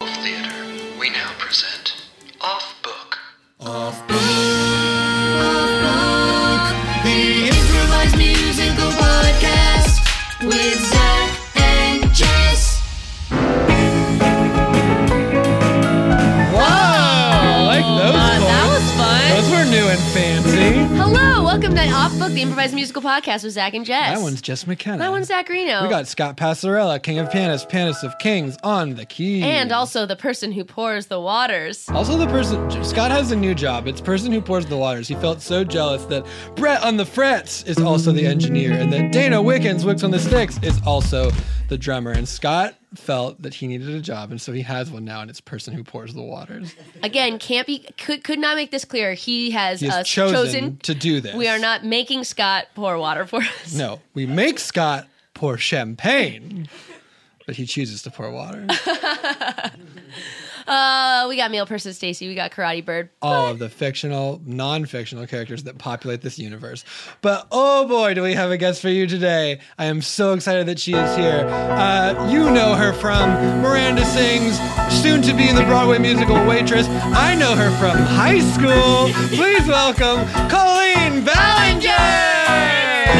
Theater. We now present Off Book. The improvised musical podcast with Zach and Jess. Wow! I like those Uh, ones. that was fun. Those were new and fancy. Hello, welcome to Off Book, the improvised musical podcast with Zach and Jess. That one's Jess McKenna. that one's Zach Reno. We got Scott Passarella, King of Pianists, Pianist of Kings, on the keys. and also the person who pours the waters. Also, the person Scott has a new job. It's person who pours the waters. He felt so jealous that Brett on the frets is also the engineer, and that Dana Wickens Wicks on the sticks is also the drummer. And Scott felt that he needed a job, and so he has one now, and it's person who pours the waters. Again, can't be could, could not make this clear. He has, He has us chosen, to do this. We are not making Scott pour water for us. No, we make Scott pour champagne, but he chooses to pour water. Uh, we got meal person Stacy. We got Karate Bird. all of the fictional, non fictional characters that populate this universe. But oh boy, do we have a guest for you today. I am so excited that she is here. Uh, you know her from Miranda Sings, soon to be in the Broadway musical Waitress. I know her from high school. Please welcome Colleen Ballinger!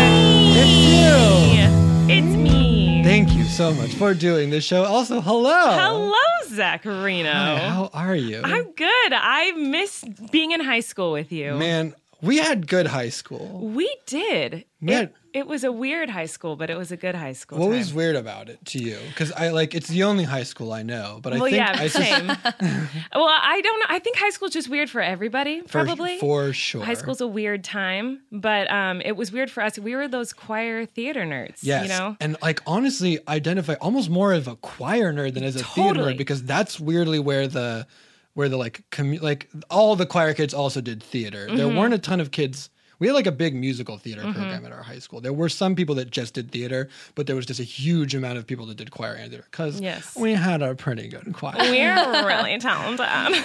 It's you! It's me. Thank you so much for doing this show. Also, hello! Hello, Zacharino. Hi, How are you? I'm good. I miss being in high school with you. Man, we had good high school. We did. Man. It, it was a weird high school, but it was a good high school. What time. was weird about it to you? Because I like it's the only high school I know, but I Well, think yeah, I sus- same. well, I don't know. I think high school's just weird for everybody, for, probably. for sure. High school's a weird time, but um, it was weird for us. We were those choir theater nerds, yes, you know? and like honestly, identify almost more of a choir nerd than as a theater Totally. nerd because that's weirdly where the Mm-hmm. where the like commu- like all the choir kids also did theater. There weren't a ton of kids. We had like a big musical theater program at our high school. There were some people that just did theater, but there was just a huge amount of people that did choir and theater because Yes. we had a pretty good choir. We're really talented.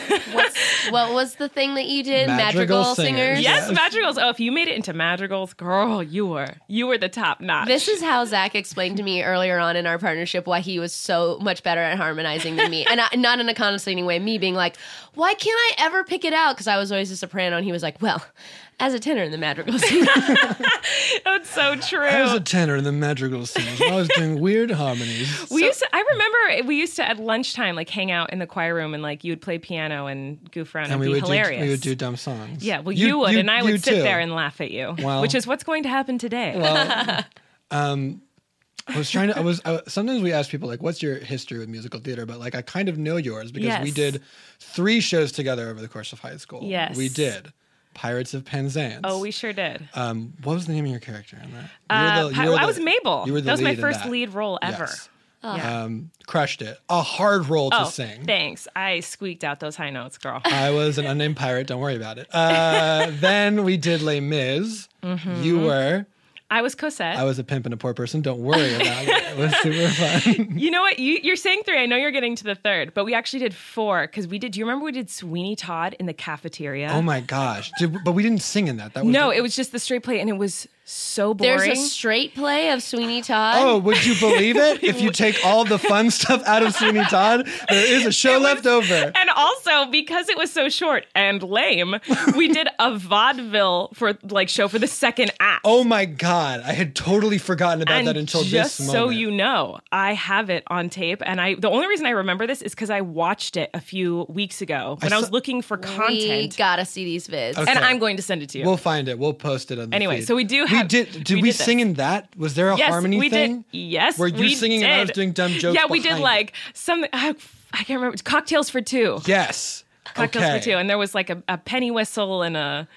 What was the thing that you did? Madrigal Madrigal, singers. singers. Yes, madrigals. Oh, if you made it into madrigals, girl, you were you were the top notch. This is how Zach explained to me earlier on in our partnership why he was so much better at harmonizing than me. And I, not in a condescending way, me being like, why can't I ever pick it out? Because I was always a soprano. And he was like, well, as a tenor in the madrigal scene. That's so true. I was a tenor in the madrigal singers. and I was doing weird harmonies. we used to, I remember we used to at lunchtime like hang out in the choir room and like you would play piano and goof around and, And we be would, do, hilarious. we would do dumb songs. yeah, well, you, would, and I you would sit too. there and laugh at you, Wow. which is what's going to happen today. Um, I was trying to. I was I, sometimes we ask people like, "What's your history with musical theater?" But like, I kind of know yours because we Yes. did three shows together over the course of high school. Yes. we did. Pirates of Penzance. oh, we sure did. Um, what was the name of your character in that? You were Uh, the- you Pi- were I the- was Mabel. You were the that was my lead in first that. lead role ever. Yes. Yeah. Um, crushed it. A hard role to oh, sing. Uh, thanks. I squeaked out those high notes, girl. I was an unnamed pirate. Don't worry about it. Uh, then we did Les Mis. Mm-hmm. You were. I was Cosette. I was a pimp and a poor person. Don't worry about it. It was super fun. You know what? You, you're saying three. I know you're getting to the third, but we actually did four because we did. Do you remember we did Sweeney Todd in the cafeteria? Oh my gosh! Did, but we didn't sing in that. That was No, the- it was just the straight play, and it was so boring. There's a straight play of Sweeney Todd. Oh, would you believe it? If you take all the fun stuff out of Sweeney Todd, there is a show left over. and also because it was so short and lame, we did a vaudeville for like show for the second act. Oh my God. I had totally forgotten about and that until just this moment. so you know, I have it on tape, and I the only reason I remember this is because I watched it a few weeks ago when I, was looking for We content, gotta see these vids. and I'm going to send it to you. We'll find it. We'll post it on the Anyway, feed. so we do We have- did did we, we did this. sing in that? Was there a yes, harmony we thing? Did. Yes, Were you we singing did. and I was doing dumb jokes? Yeah, we did behind it? like some. uh, I, I can't remember. Cocktails for two. Yes. Cocktails okay. for two, and there was like a, a penny whistle and a.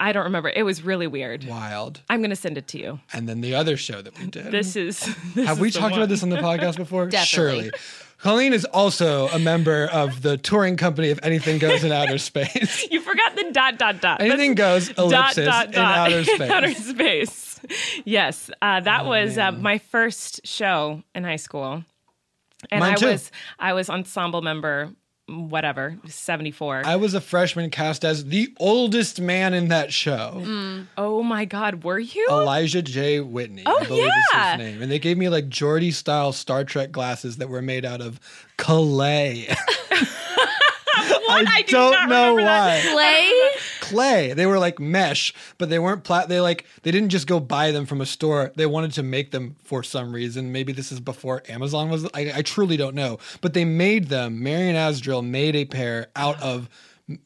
I don't remember. It was really weird. Wild. I'm gonna send it to you. And then the other show that we did. This is. This Have we is the talked one. about this on the podcast before? Definitely. Surely. Colleen is also a member of the touring company of Anything Goes in Outer Space. You forgot the dot dot dot. Anything goes ellipsis in outer space. Oh, outer space. Yes, uh, that was uh, my first show in high school, and Mine I too. was I was ensemble member, whatever, seventy four. I was a freshman cast as the oldest man in that show, Oh my God, were you? Elijah J. Whitney. Oh, I believe is yeah. his name. And they gave me like Geordie style Star Trek glasses that were made out of clay. What? I do don't not know remember that. why. play? Clay. They were like mesh, but they weren't plat they like they didn't just go buy them from a store. They wanted to make them for some reason. Maybe this is before Amazon was I, I truly don't know. But they made them. Marion Asdrill made a pair out of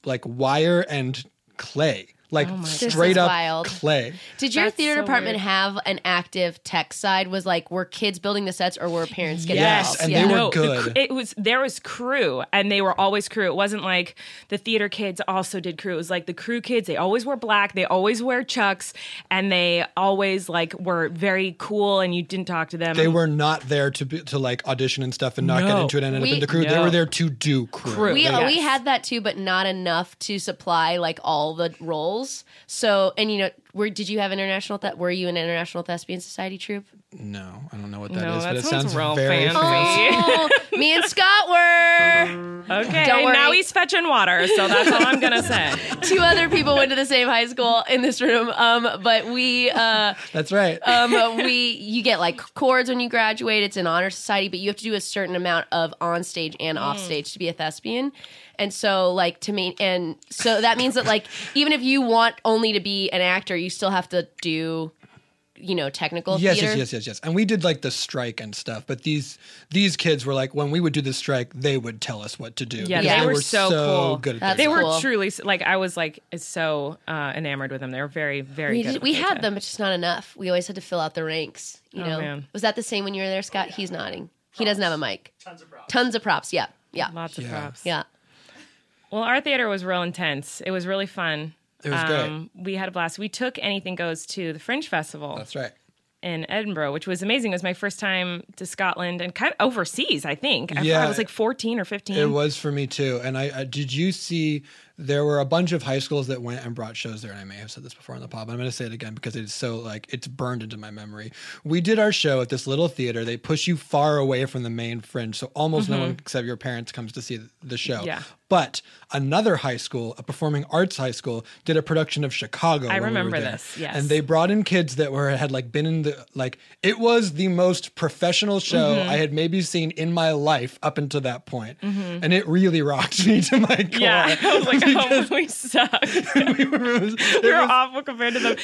like wire and clay. Oh Like is straight up wild. clay. Did your That's theater so department weird. have an active tech side? Was like, were kids building the sets or were parents getting Yes, involved? and they were no, the good. cr- it was there was crew, and they were always crew. It wasn't like the theater kids also did crew. It was like the crew kids. They always were black. They always wear chucks, and they always like were very cool. And you didn't talk to them. They were not there to be, to like audition and stuff and not get No. into it and end up We- in the crew. They No. were there to do crew. Crew. We, uh, They- Yeah. we had that too, but not enough to supply like all the roles. So, and you know, were, did you have international? Th- were you an international thespian society troupe? no, I don't know what that is, No, but that it sounds sounds real very fancy. fancy. Oh, me and Scott were. okay. Don't worry. Now he's fetching water, so that's all I'm gonna say. Two other people went to the same high school in this room, um, but we. Uh, That's right. um, we you get like chords when you graduate. It's an honor society, but you have to do a certain amount of on stage and off stage to be a thespian. And so, like to me, and so that means that like even if you want only to be an actor, you still have to do, you know, technical yes, theater. yes, yes, yes, yes. And we did like the strike and stuff, but these these kids were like when we would do the strike, they would tell us what to do. Yeah, because they were so cool. good at That's their They job. were Cool. truly like I was like so uh, enamored with them. They were very very. We, good. at did, what we they had did. them, but just not enough. We always had to fill out the ranks. You know, man. was that the same when you were there, Scott? He's nodding. He doesn't have a mic. Tons of props. Tons of props. Yeah, yeah, Lots of props. yeah. Well, our theater was real intense. It was really fun. Um, It was great. We had a blast. We took Anything Goes to the Fringe Festival That's right. in Edinburgh, which was amazing. It was my first time to Scotland and kind of overseas, I think. I, Yeah. I was like 14 or 15. It was for me too. And I, I did you see there were a bunch of high schools that went and brought shows there, and I may have said this before on the pod, but I'm going to say it again because it's so like it's burned into my memory. We did our show at this little theater. They push you far away from the main fringe, so almost no one except your parents comes to see the show. Mm-hmm. Yeah. But another high school, a performing arts high school, did a production of Chicago. when we were remember there. this, yes. and they brought in kids that were had like been in the like it was the most professional show Mm-hmm. I had maybe seen in my life up until that point, and it really rocked me to my core. Mm-hmm. Yeah, I was like, oh, Because we suck. we were, it was- it we were was- awful compared to them.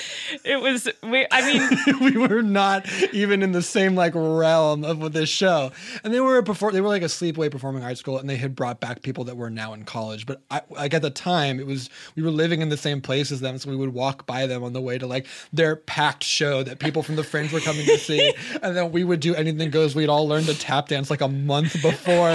It was. We, I mean, we were not even in the same like realm of this show. And they were a perform they were like a sleepaway performing arts school and they had brought back people that were now in college. But I like at the time it was we were living in the same place as them, so we would walk by them on the way to like their packed show that people from the Fringe were coming to see. and then we would do anything goes. We'd all learned to tap dance like a month before.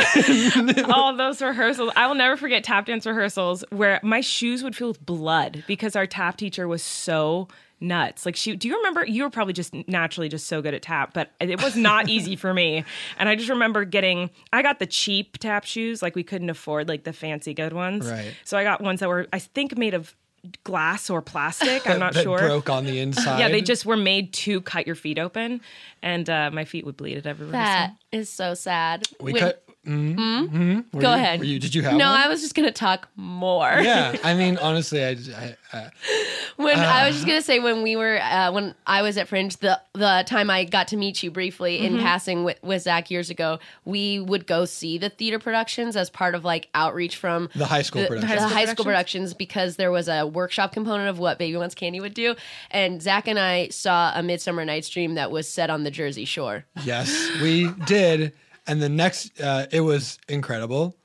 all those rehearsals. I will never forget tap dance rehearsals where my shoes would fill with blood because our tap teacher was so nuts. Like she do you remember you were probably just naturally just so good at tap, but it was not easy for me. And I just remember getting I got the cheap tap shoes, like we couldn't afford like the fancy good ones. Right. So I got ones that were I think made of glass or plastic. I'm not that sure. broke on the inside. Yeah, they just were made to cut your feet open, and uh, my feet would bleed at every rehearsal. That is so sad. we Wait, cut mm-hmm. "Hmm?" go ahead. were you- did you have No, one? I was just gonna talk more. yeah, Uh. I mean, honestly, I, I, I when I was just gonna say when we were uh, when I was at Fringe, the the time I got to meet you briefly in passing with, with Zach years ago, we would go see the theater productions as part of like outreach from the high school production. the high school productions because there was a workshop component of what Baby Wants Candy would do, and Zach and I saw a Midsummer Night's Dream that was set on the Jersey Shore. Yes, we did. And the next, uh, it was incredible.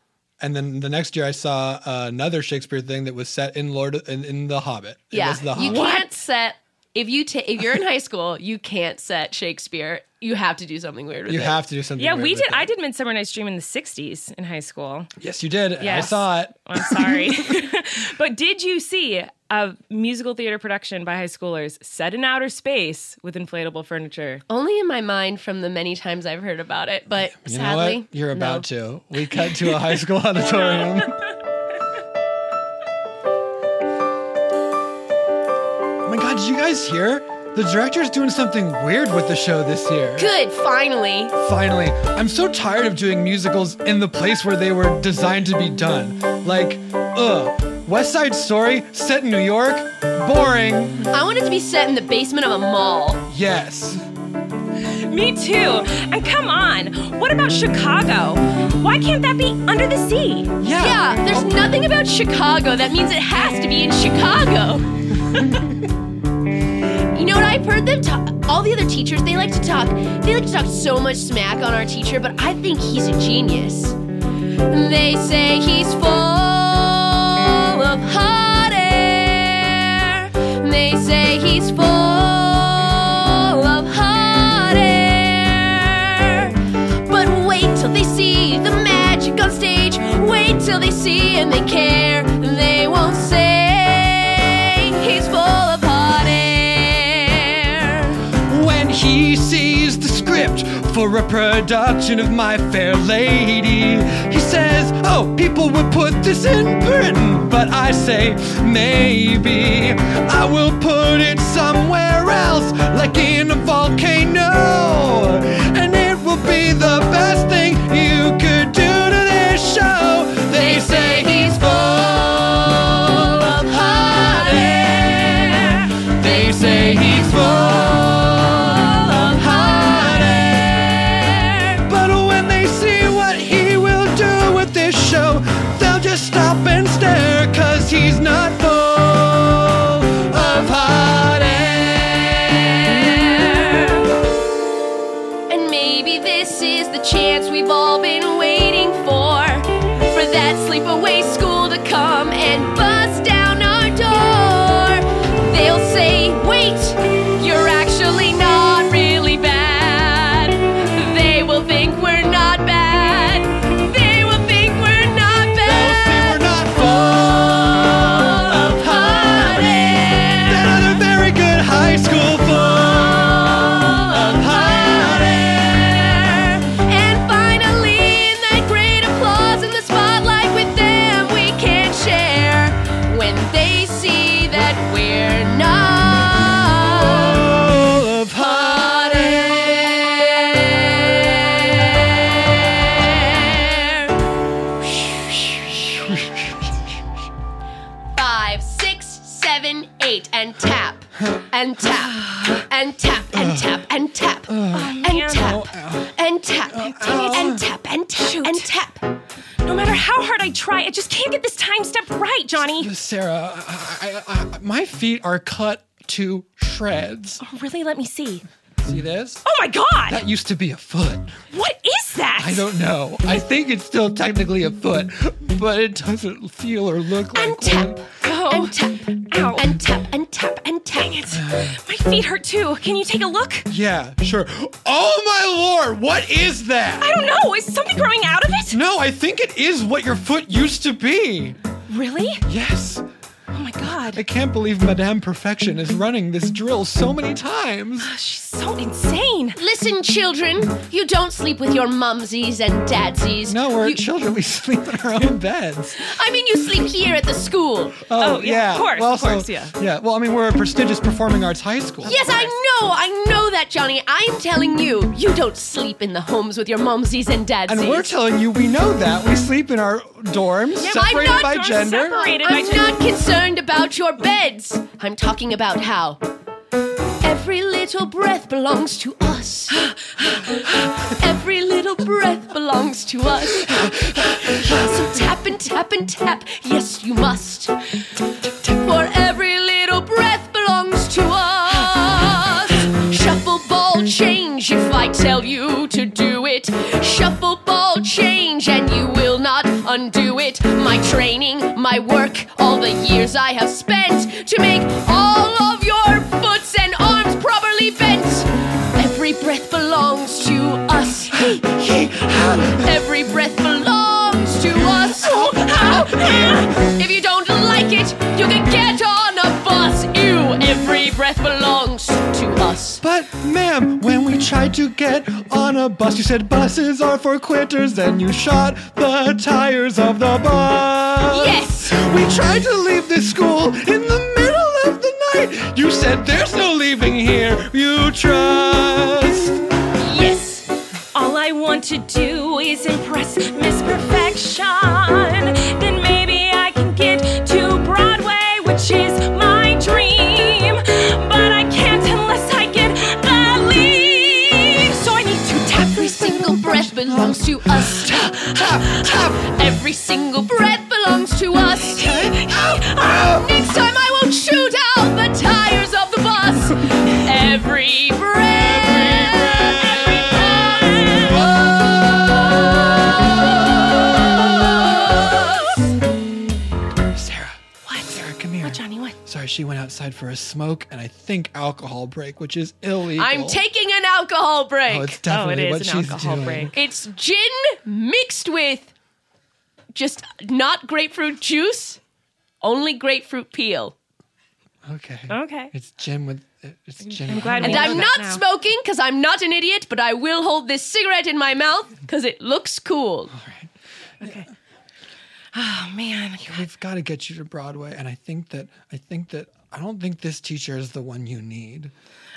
And then the next year, I saw another Shakespeare thing that was set in Lord in, in The Hobbit. It yeah, was The you Hobbit. can't set if you ta- if you're in high school, you can't set Shakespeare. You have to do something weird with You it. have to do something. Yeah, weird we with did. it. I did Midsummer Night's Dream in the '60s in high school. Yes, you did. Yeah, I Yes. saw it. I'm sorry, but did you see a musical theater production by high schoolers set in outer space with inflatable furniture? Only in my mind from the many times I've heard about it, but You sadly, know what? You're no. about to. We cut to a high school auditorium. oh my God, did you guys hear? The director's doing something weird with the show this year. Good, finally. Finally, I'm so tired of doing musicals in the place where they were designed to be done. Like, ugh, West Side Story set in New York? Boring. I want it to be set in the basement of a mall. Yes. Me too. And come on, what about Chicago? Why can't that be under the sea? Yeah. Oh. Yeah, there's nothing about Chicago that means it has to be in Chicago. you know what I've heard them talk all the other teachers, they like to talk they like to talk so much smack on our teacher, but I think he's a genius. They say he's full of hot air. They say he's full of hot air. But wait till they see the magic on stage. Wait till they see and they care. They won't say he's full of hot air. When he sees the script for a production of My Fair Lady, he says, Oh, people would put this in Britain. But I say, Maybe I will put it somewhere else, like in a volcano. And it will be the best thing you could do to this show. They say he's full of hot air. They say he's full of hot air. But when they see what he will do with this show, they'll just stop and stare, cause he's not full of hot air. And maybe this is the chance we've all been waiting for. For that sleepaway school to come and bust down our door. They'll say, wait, you're actually not really bad. They will think we're not bad. They will think we're not They'll see bad. we're not full of hot air. That other very good high school full of hot air. And finally, in that great applause in the spotlight with them, we and tap and tap and tap and tap and oh, tap and tap and tap and tap and tap. No matter how hard I try, I just can't get this time step right, Johnny. Sarah, I, I, I, my feet are cut to shreds. Really, let me see. See this? Oh my god! That used to be a foot. What is that? I don't know. I think it's still technically a foot, but it doesn't feel or look like And tap one. and tap Oh. Ow. and tap and tap and tap. My feet hurt too. Can you take a look? Yeah, sure. Oh my lord, what is that? I don't know. Is something growing out of it? No, I think it is what your foot used to be. Really? Yes. Oh my god. I can't believe Madame Perfection is running this drill so many times. Ah, She's so insane. Listen, children, you don't sleep with your mumsies and dadsies. No, we're You- children. We sleep in our own beds. I mean, you sleep here at the school. Oh, yeah, of course, Well, of so- course, yeah. Yeah. Well, I mean, we're a prestigious performing arts high school. Yes, I know, I know that, Johnny. I'm telling you, you don't sleep in the homes with your mumsies and dadsies. And we're telling you, we know that. We sleep in our dorms, Yeah, but I'm separated not by dorm gender. separated by I'm gender. not concerned about your beds. I'm talking about how every little breath belongs to us. every little breath belongs to us. so tap and tap and tap. Yes, you must. For every little breath belongs to us. Shuffle ball change if I tell you to do it. Shuffle ball change and you will not undo it. My training, my work, all the years I have spent to make all of your foots and arms properly bent. Every breath belongs to us. Every breath belongs to us. If you don't like it, you can get on a bus. Ew, every breath belongs to us. But, ma'am, when we tried to get on a bus, you said buses are for quitters. Then you shot the tires of the bus. Yes. We tried to leave this school in the middle of the night. You said there's no leaving here. You trust. Yes. All I want to do is impress Miss Perfection. Then maybe I can get to Broadway, which is my dream. But I can't unless I get the lead. So I need to tap Every single breath belongs to us. Tap, tap, tap. Every single breath belongs to us. Next time I won't shoot out the tires of the bus. Every breath. Every breath. Sarah. What? Sarah, come here. Johnny, what? Sorry, she went outside for a smoke and I think alcohol break, which is illegal. I'm taking an alcohol Oh, it's break. Oh, it definitely is what an she's alcohol doing. break. it's gin mixed with just not grapefruit juice, only grapefruit peel. Okay. Okay. It's Jim with. It's Jim. I'm glad we And know I'm that not now. smoking because I'm not an idiot, but I will hold this cigarette in my mouth because it looks cool. Oh man. We've got to get you to Broadway, and I think that I think that I don't think this teacher is the one you need.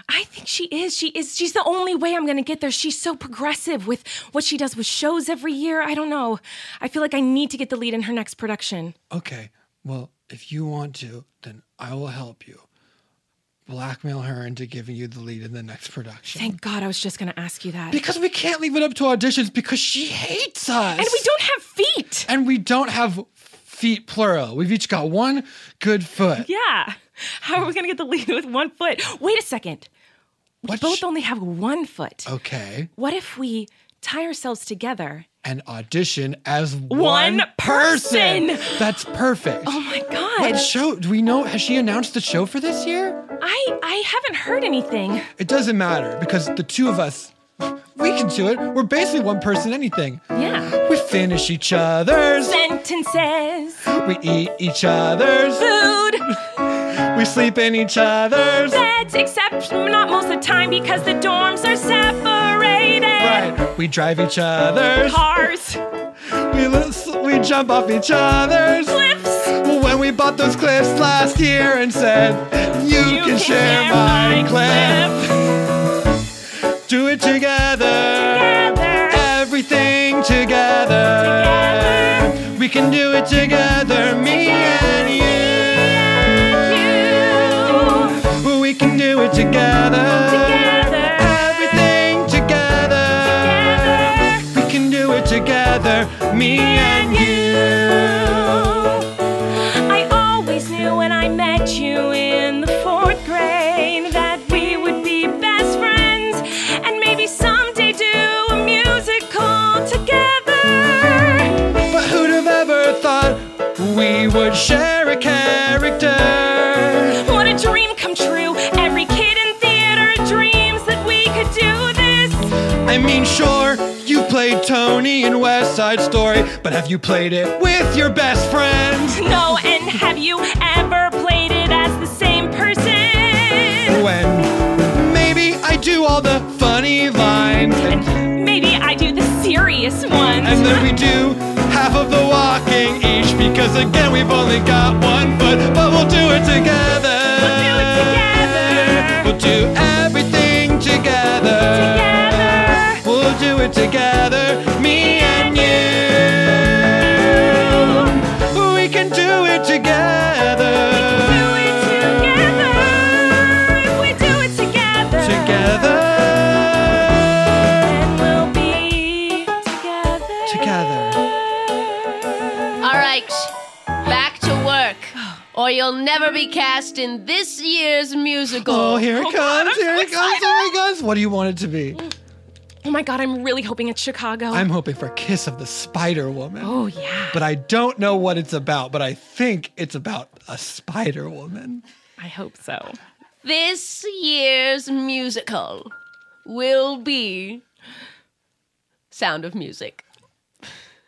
I think she is. She is. She's the only way I'm going to get there. She's so progressive with what she does with shows every year. I don't know. I feel like I need to get the lead in her next production. Okay, well, if you want to, then I will help you. Blackmail her into giving you the lead in the next production. Thank God I was just going to ask you that. because we can't leave it up to auditions because she hates us, and we don't have feet. and we don't have feet plural. We've each got one good foot. Yeah. How are we going to get the lead with one foot? Wait a second. We What both sh- only have one foot. Okay, What if we tie ourselves together? and audition as one, One person. That's perfect. Oh my God. What show? Do we know? Has she announced the show for this year? I, I haven't heard anything. It doesn't matter because the two of us, we can do it. We're basically one person anything. Yeah. We finish each other's. Sentences, We eat each other's. food, We sleep in each other's. beds, except not most of the time because the dorms are separated. Right. We drive each other's. Cars, We, lis- we jump off each other's. cliffs. Well, when we bought those cliffs last year and said, You, can, share, my, cliff. Do it together. Together. Everything together. We can do it together, me and you. We can do together. Together. Everything together. We can do it together, me and you. I always knew when I met you in the fourth grade that we would be best friends and maybe someday do a musical together. But who'd have ever thought we would share a character? What a dream come true. Every kid in theater dreams that we could do this. I mean, sure, you played Tony in West Side Story, but have you played it with your best friend? No, and have you ever played it as the same person? When maybe I do all the funny lines, and, Maybe I do the serious ones. and then we do half of the walking each, because again, we've only got one foot, but we'll do it together. We'll do it together. We'll do everything together. Together. We'll do it together, me and you. We can do it together. Do it together. If we do it together, Together. then we'll be together. Oh Together. All right, back to work, or you'll never be cast in this year's musical. Oh, here it comes, here it comes, here it comes. What do you want it to be? Oh my god, I'm really hoping it's Chicago. I'm hoping for Kiss of the Spider Woman. oh yeah. But I don't know what it's about, but I think it's about a Spider Woman. I hope so. This year's musical will be Sound of Music.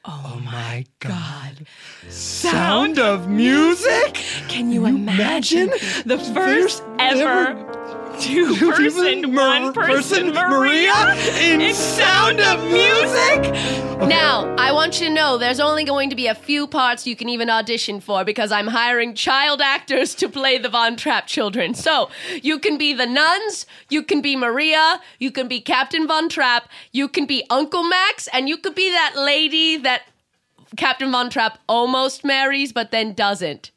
Oh my god. Sound of music? Can you, imagine, imagine the first ever two person, one person Maria in Sound of Music? Now, I want you to know there's only going to be a few parts you can even audition for because I'm hiring child actors to play the Von Trapp children. So, you can be the nuns, you can be Maria, you can be Captain Von Trapp, you can be Uncle Max, and you could be that lady that Captain Von Trapp almost marries but then doesn't.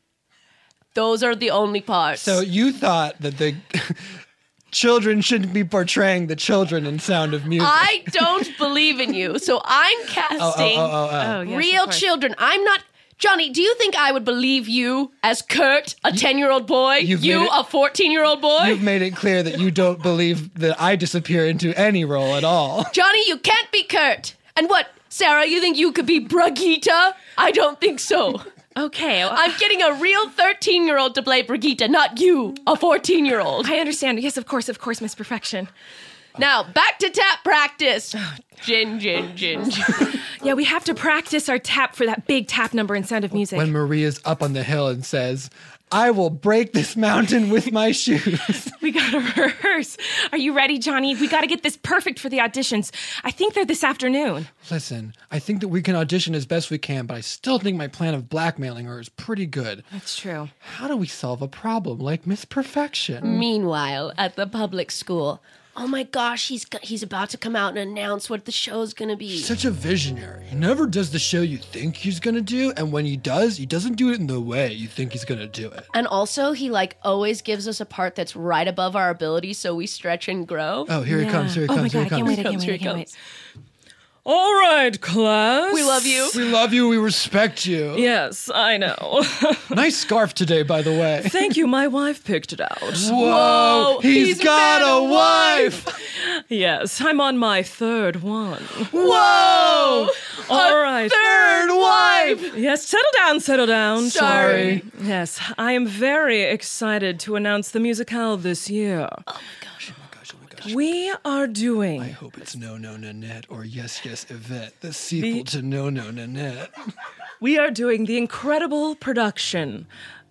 Those are the only parts. So you thought that the children shouldn't be portraying the children in Sound of Music. I don't believe in you. So Oh, I'm casting Oh, real children. I'm not. Johnny, do you think I would believe you as Kurt, a 10 year old boy? You've you, made it- a 14 year old boy? You've made it clear that you don't believe that I disappear into any role at all. Johnny, you can't be Kurt. And what, Sarah, you think you could be Brigitte? I don't think so. Okay, well, I'm getting a real 13 year old to play Brigitte, not you, a 14 year old. I understand. Yes, of course, of course, Miss Perfection. Now, back to tap practice. Gin, gin, gin, gin. Yeah, we have to practice our tap for that big tap number in Sound of Music. When Maria's up on the hill and says, I will break this mountain with my shoes. We gotta rehearse. Are you ready, Johnny? We gotta get this perfect for the auditions. I think they're this afternoon. Listen, I think that we can audition as best we can, but I still think my plan of blackmailing her is pretty good. That's true. How do we solve a problem like Miss Perfection? Meanwhile, at the public school, oh my gosh, he's go- he's about to come out and announce what the show's gonna be. Such a visionary. He never does the show you think he's gonna do, and when he does, he doesn't do it in the way you think he's gonna do it. and also, he like always gives us a part that's right above our ability, so we stretch and grow. Oh, here he comes, here he oh comes, my here god, he I comes. can't wait, I can't comes, wait, I here can't it wait. All right, class. We love you. We love you, we respect you. Yes, I know. Nice scarf today, by the way. Thank you, my wife picked it out. Whoa, he's he's got got a a wife. Yes, I'm on my third one. Whoa, All right. third wife. Yes, settle down, settle down. Sorry. Yes, I am very excited to announce the musicale this year. Oh We are doing I hope it's No No Nanette or Yes Yes Yvette, the sequel to No No Nanette. we are doing the incredible production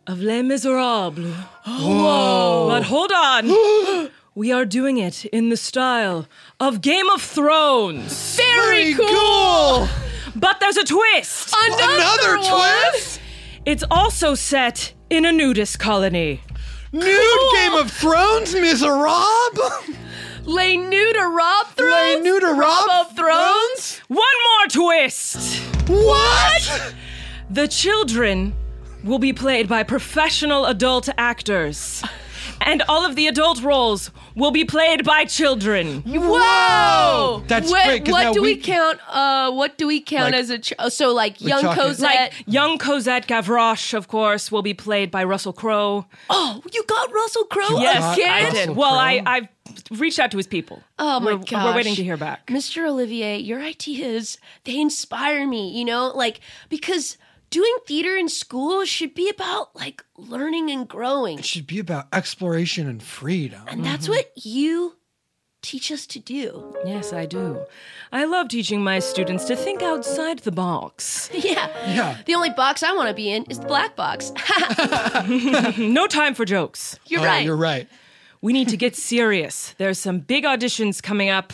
of Les Miserables. Whoa. But hold on. we are doing it in the style of Game of Thrones. Very cool. But there's a twist. Another one? twist. It's also set in a nudist colony. Nude Game of Thrones, Miserable. Lay new to Rob Thrones. Lay nude to Rob of Thrones. One more twist. What? The children will be played by professional adult actors. and all of the adult roles will be played by children. Whoa! That's what, great, 'cause now What do we, we- count? Uh, what do we count Like- as a ch- oh, so like young talking- Cosette? Like young Cosette Gavroche, of course, will be played by Russell Crowe. oh, you got Russell Crowe Yes, again? I did. Russell Well, I Crowe? I've reached out to his people. Oh my we're, gosh. We're waiting to hear back. Mr. Olivier, your ideas, they inspire me, you know? Like, because doing theater in school should be about like learning and growing. It should be about exploration and freedom. Mm-hmm. And that's what you teach us to do. Yes, I do. I love teaching my students to think outside the box. Yeah. Yeah. The only box I want to be in is the black box. No time for jokes. you're Oh, right. You're right. We need to get serious. There's some big auditions coming up,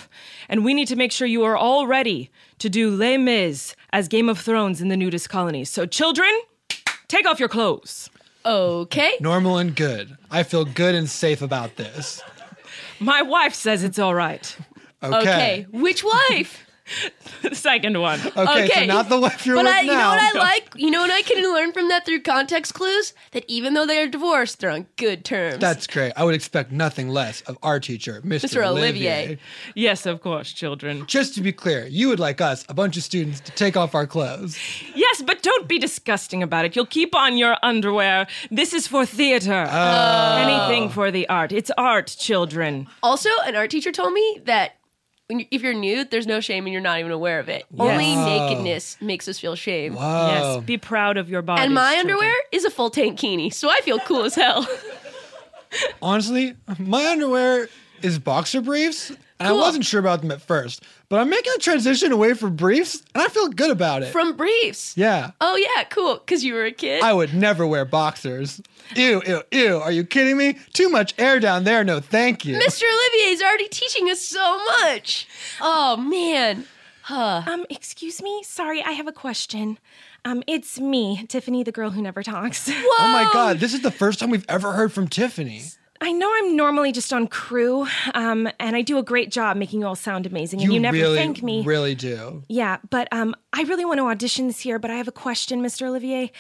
and we need to make sure you are all ready to do Les Mis as Game of Thrones in the nudist colony. So, children, take off your clothes. Okay. Normal and good. I feel good and safe about this. My wife says it's all right. Okay. Which wife? The second one. Okay, so not the wife you're but with I, now. you know what I like? You know what I can learn from that through context clues? That even though they are divorced, they're on good terms. That's great. I would expect nothing less of our teacher, Mr. Mr. Olivier. Yes, of course, children. Just to be clear, you would like us, a bunch of students, to take off our clothes. Yes, but don't be disgusting about it. You'll keep on your underwear. This is for theater. Oh. Anything for the art. It's art, children. Also, an art teacher told me that when you, if you're nude, there's no shame and you're not even aware of it. Only nakedness makes us feel shame. Yes, be proud of your body. And my underwear is a full tankini, so I feel cool as hell. Honestly, my underwear is boxer briefs, and I wasn't sure about them at first, but I'm making a transition away from briefs, and I feel good about it. From briefs. yeah. Oh yeah, cool. Cause you were a kid. I would never wear boxers. Ew, ew, ew. Are you kidding me? Too much air down there. No, thank you. Mr. Olivier is already teaching us so much. Oh man. Um, excuse me. Sorry, I have a question. Um, it's me, Tiffany, the girl who never talks. Oh my God, this is the first time we've ever heard from Tiffany. I know I'm normally just on crew, um, and I do a great job making you all sound amazing, and you never really, thank me. really do. Yeah, but um, I really want to audition this year, but I have a question, Mr. Olivier.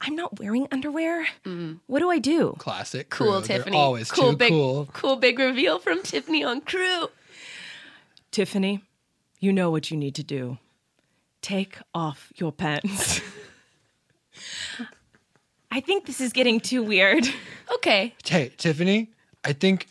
I'm not wearing underwear. What do I do? Classic. Cool, crew. They're Tiffany. always cool too big cool. cool big reveal from Tiffany on crew. Tiffany, you know what you need to do. Take off your pants. I think this is getting too weird. Okay. Hey, Tiffany, I think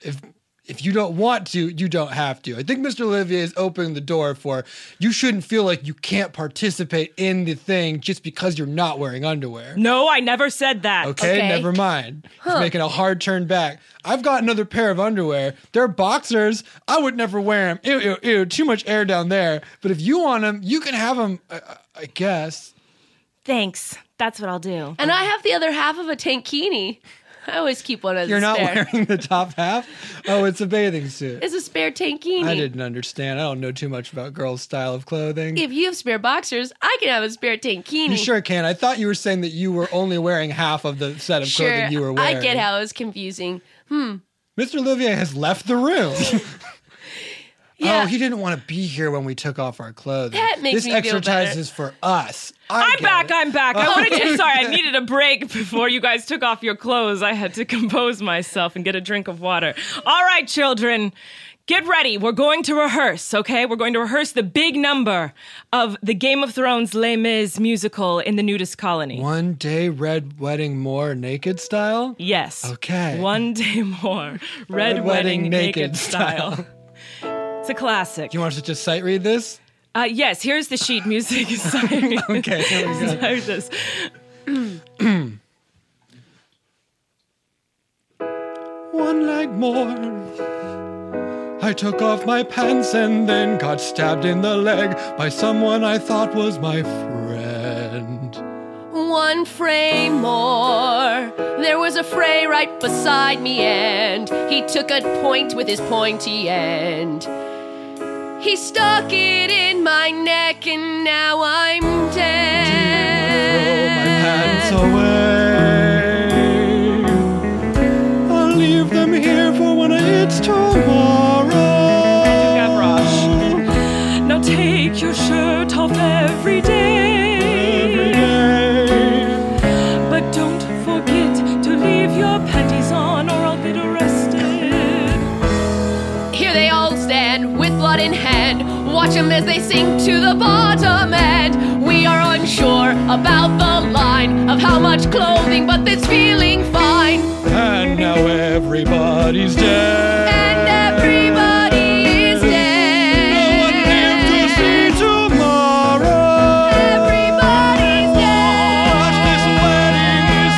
if if you don't want to, you don't have to. I think Mr. Olivier is opening the door for you shouldn't feel like you can't participate in the thing just because you're not wearing underwear. No, I never said that. Okay, Okay. never mind. He's making a hard turn back. I've got another pair of underwear. They're boxers. I would never wear them. Ew, ew, ew. Too much air down there. But if you want them, you can have them, I, I- I guess. Thanks. That's what I'll do. And I have the other half of a tankini. I always keep one of You're not spare. wearing the top half? Oh, it's a bathing suit. It's a spare tankini. I didn't understand. I don't know too much about girls' style of clothing. If you have spare boxers, I can have a spare tankini. you sure can. I thought you were saying that you were only wearing half of the set of Sure, clothing you were wearing. I get how it's confusing. Hmm, Mr. Olivier has left the room. Yeah. Oh, he didn't want to be here when we took off our clothes. That makes this me feel exercise better. is for us. I I'm get back. it. I'm back. I wanted to. Sorry, I needed a break before you guys took off your clothes. I had to compose myself and get a drink of water. All right, children, get ready. We're going to rehearse, okay? We're going to rehearse the big number of the Game of Thrones Les Mis musical in the nudist colony. One day, red wedding, more naked style. Yes. Okay. One day more. Red, Red wedding, wedding naked, naked style. It's a classic. You want us to just sight read this? Uh, yes, here's the sheet music. Sorry. Okay, here we go. Sorry, this. One leg more. I took off my pants and then got stabbed in the leg by someone I thought was my friend. One frame more. There was a fray right beside me, and he took a point with his pointy end. He stuck it in my neck, and now I'm Throw Oh, my pants dead. away. I'll leave them here for when it's tomorrow. Gavroche. Now take your shirt off every Every day, day. but don't forget to leave your panties on, or Watch them as they sink to the bottom, and we are unsure about the line of how much clothing, but it's feeling fine. And now everybody's dead. And everybody is No one lived dead. to see tomorrow. Oh, Everybody's dead. Watch this wedding is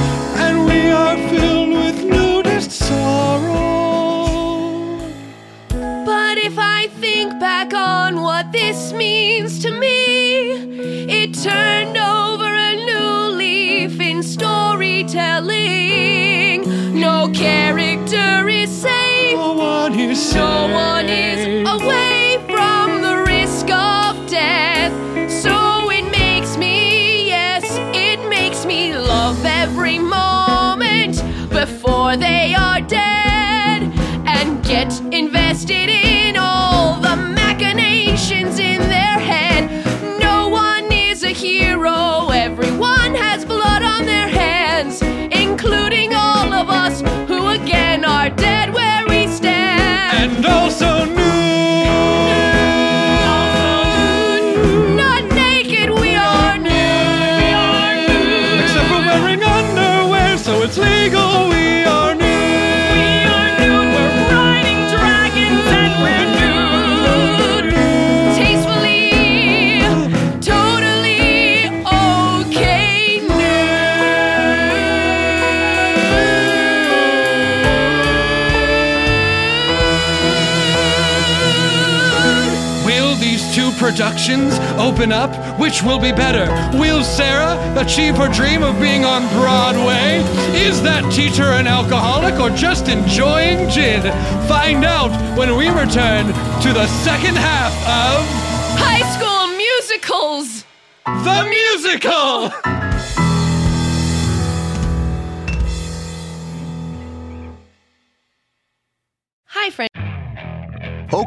so red. And we are filled with nudist sorrow. But if I think back on what this means to me, it turned over a new leaf in storytelling. No character is safe, No one is no safe. one is away from the risk of death. So it makes me, yes, it makes me love every moment before they are dead and get invested in all the machinations in their head. No one is a hero, everyone has blood on their hands, including all of us who again are dead where we stand. And also new. Not naked, we are nude. Except for wearing underwear, so it's legal. We are new. We are new. We're riding dragons and we're Nude. Tastefully, totally okay, nude. Will these two productions open up? Which will be better? Will Sarah achieve her dream of being on Broadway? Is that teacher an alcoholic or just enjoying gin? Find out when we return to the second half of High school musicals. The Musical! Hi, friend.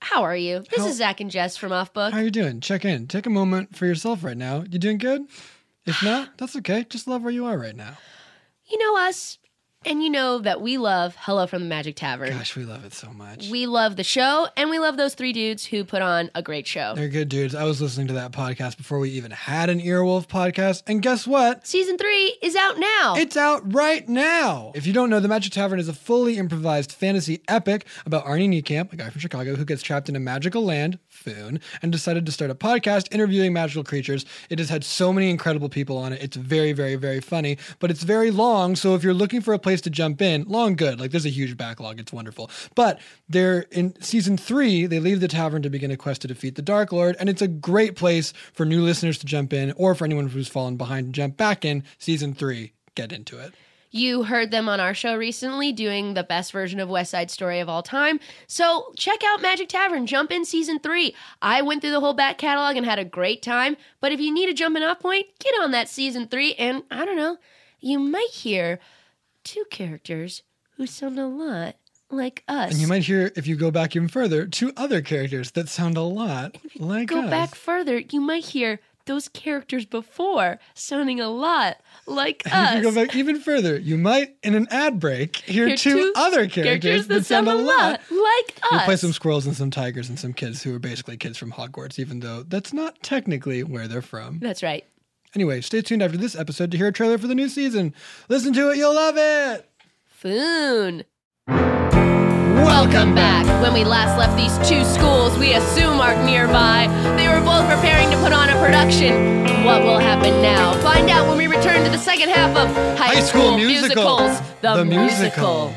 how are you? This is Zach and Jess from Off Book. How are you doing? Check in. Take a moment for yourself right now. You doing good? If not, that's okay. Just love where you are right now. You know us, and you know that we love Hello from the Magic Tavern. Gosh, we love it so much. We love the show, and we love those three dudes who put on a great show. They're good dudes. I was listening to that podcast before we even had an Earwolf podcast, and guess what? Season three is out now. It's out right now. If you don't know, The Magic Tavern is a fully improvised fantasy epic about Arnie Niekamp, a guy from Chicago who gets trapped in a magical land, Foon, and decided to start a podcast interviewing magical creatures. It has had so many incredible people on it. It's very, very, very funny, but it's very long. So if you're looking for a place to jump in, long good. Like there's a huge backlog. It's wonderful. But they're in season three, they leave the tavern to begin a quest to defeat the Dark Lord, and it's a great place for new listeners to jump in or for anyone who's fallen behind to jump back in season three. Get into it. You heard them on our show recently doing the best version of West Side Story of all time. So check out Magic Tavern, jump in season three. I went through the whole back catalog and had a great time. But if you need a jumping off point, get on that season three. And I don't know, you might hear two characters who sound a lot like us. And you might hear, if you go back even further, two other characters that sound a lot like go us. back further. You might hear those characters before sounding a lot like And us. if you go back even further, you might, in an ad break, hear, Hear two, two other characters characters that sound a lot like We'll play us. some squirrels and some tigers and some kids who are basically kids from Hogwarts, even though that's not technically where they're from. That's right. Anyway, stay tuned after this episode to hear a trailer for the new season. Listen to it, you'll love it. Foon. Welcome back. When we last left these two schools, we assume are nearby. They were both preparing to put on a production. What will happen now? Find out when we return to the second half of High, School, Musicals, the, musical.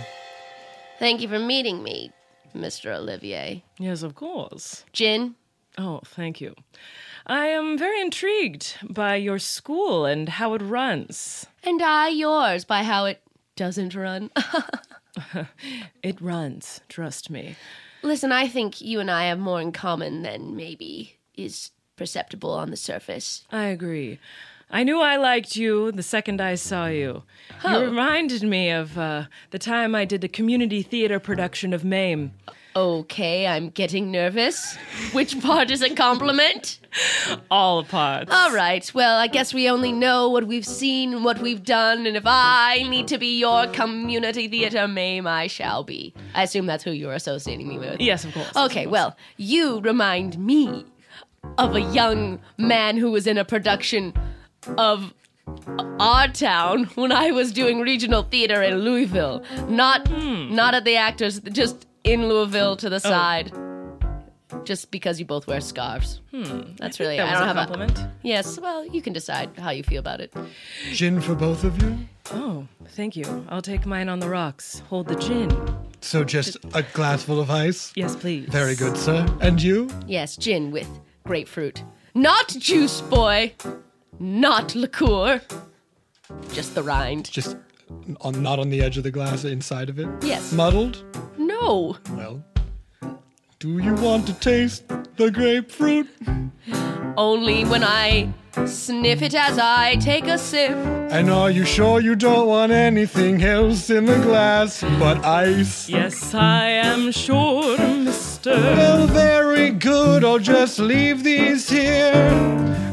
Thank you for meeting me, Mr. Olivier. Yes, of course. Jin? Oh, thank you. I am very intrigued by your school and how it runs. And I yours by how it doesn't run. It runs, trust me. Listen, I think you and I have more in common than maybe is perceptible on the surface. I agree. I knew I liked you the second I saw you. Oh. You reminded me of uh, the time I did the community theater production of MAME. Okay, I'm getting nervous. Which part is a compliment? All parts. All right, well, I guess we only know what we've seen and what we've done, and if I need to be your community theater mame, I shall be. I assume that's who you're associating me with. Yes, of course. Okay, well, you remind me of a young man who was in a production of our town when I was doing regional theater in Louisville. Not Hmm. not at the actors, just in Louisville to Oh. the side. Just because you both wear scarves. Hmm. That's I really think that I was don't a have compliment. Yes, well, you can decide how you feel about it. Gin for both of you. Oh, thank you. I'll take mine on the rocks. Hold the gin. So just a glass full of ice. Yes, please. Very good, sir. And you? Yes, gin with grapefruit. Not juice, boy. Not liqueur. Just the rind. Just on, not on the edge of the glass, inside of it. Yes. Muddled. No. Well, do you want to taste the grapefruit? Only when I sniff it as I take a sip. And are you sure you don't want anything else in the glass but ice? Yes, I am sure, mister. Well, very good. I'll just leave these here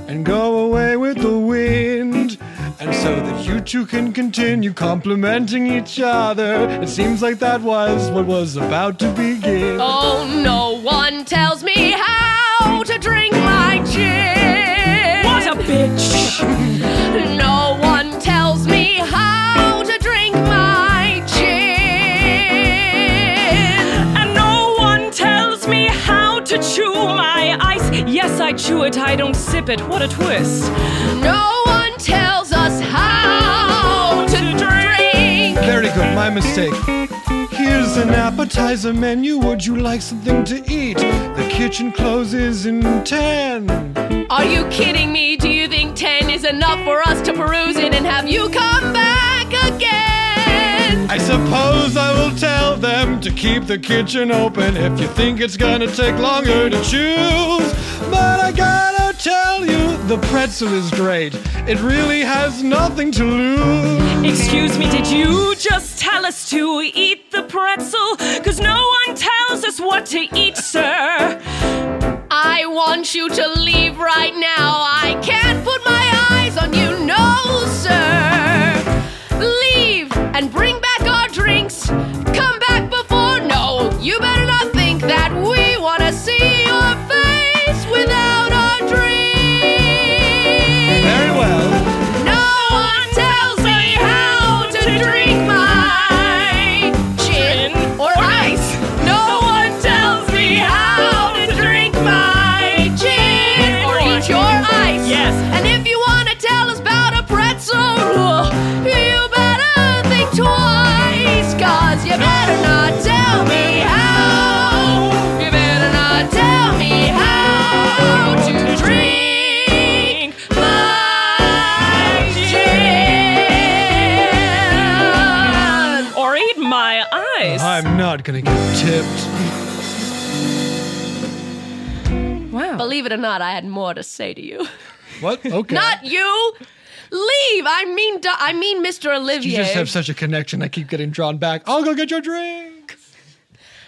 and go away with the wind. And so that you two can continue complimenting each other. It seems like that was what was about to begin. Oh, no one tells me how to drink my gin. What a bitch. no one tells me how to drink my gin. And no one tells me how to chew my ice. Yes, I chew it, I don't sip it. What a twist. No one tells us how to drink. Very good, my mistake. Here's an appetizer menu. Would you like something to eat? The kitchen closes in 10. Are you kidding me? Do you think 10 is enough for us to peruse it and have you come back again? I suppose I will tell them to keep the kitchen open if you think it's gonna take longer to choose. But I gotta tell you, the pretzel is great. It really has nothing to lose. Excuse me, did you just tell us to eat the pretzel? Because no one tells us what to eat, sir. I want you to leave right now. I can't put my eyes on you, no, sir. Leave and bring back our drinks. Come back before, no, you better not think that we want to see your face without our drink. Very well. No one tells me how to drink my gin or ice. No one tells me how to drink my gin or eat your ice. Yes. And if you want to tell us about a pretzel, you better think twice, cause you better not tell me how. You better not tell me how to drink my gin. Or eat my ice. I'm not gonna get tipped. wow. Believe it or not, I had more to say to you. What? Okay. Not you. Leave. I mean, do- I mean, Mr. Olivier. you just have such a connection. I keep getting drawn back. I'll go get your drink.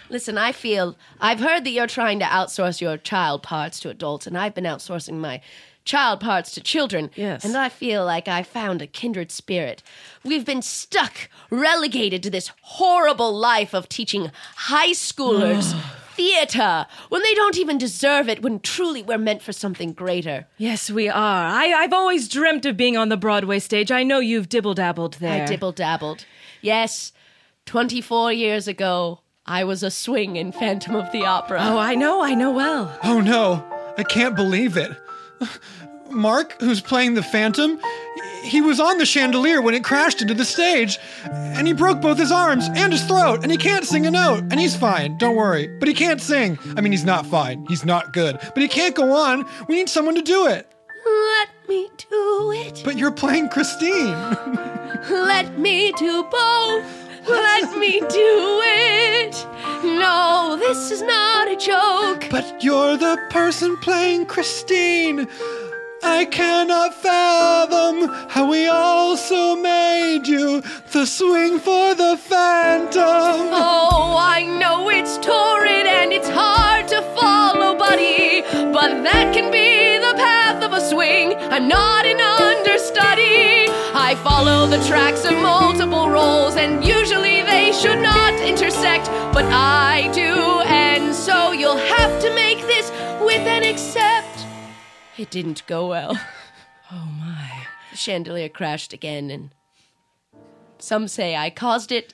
Listen, I feel I've heard that you're trying to outsource your child parts to adults, and I've been outsourcing my child parts to children. Yes. And I feel like I found a kindred spirit. We've been stuck, relegated to this horrible life of teaching high schoolers theater when they don't even deserve it, when truly we're meant for something greater. Yes, we are. Uh, I, I've always dreamt of being on the Broadway stage. I know you've dibble dabbled there. I dibble dabbled. Yes, 24 years ago, I was a swing in Phantom of the Opera. Oh, I know, I know well. Oh no, I can't believe it. Mark, who's playing the Phantom, he was on the chandelier when it crashed into the stage, and he broke both his arms and his throat, and he can't sing a note, and he's fine, don't worry. But he can't sing. I mean, he's not fine, he's not good, but he can't go on. We need someone to do it. Let me do it. But you're playing Christine. Let me do both. Let me do it. No, this is not a joke. But you're the person playing Christine. I cannot fathom how we also made you the swing for the phantom. Oh, I know it's torrid and it's hard to follow, buddy. But that can be the path of a swing. I'm not an understudy. I follow the tracks of multiple roles, and usually they should not intersect. But I do, and so you'll have to make this with an accept. It didn't go well. Oh my. The chandelier crashed again, and some say I caused it.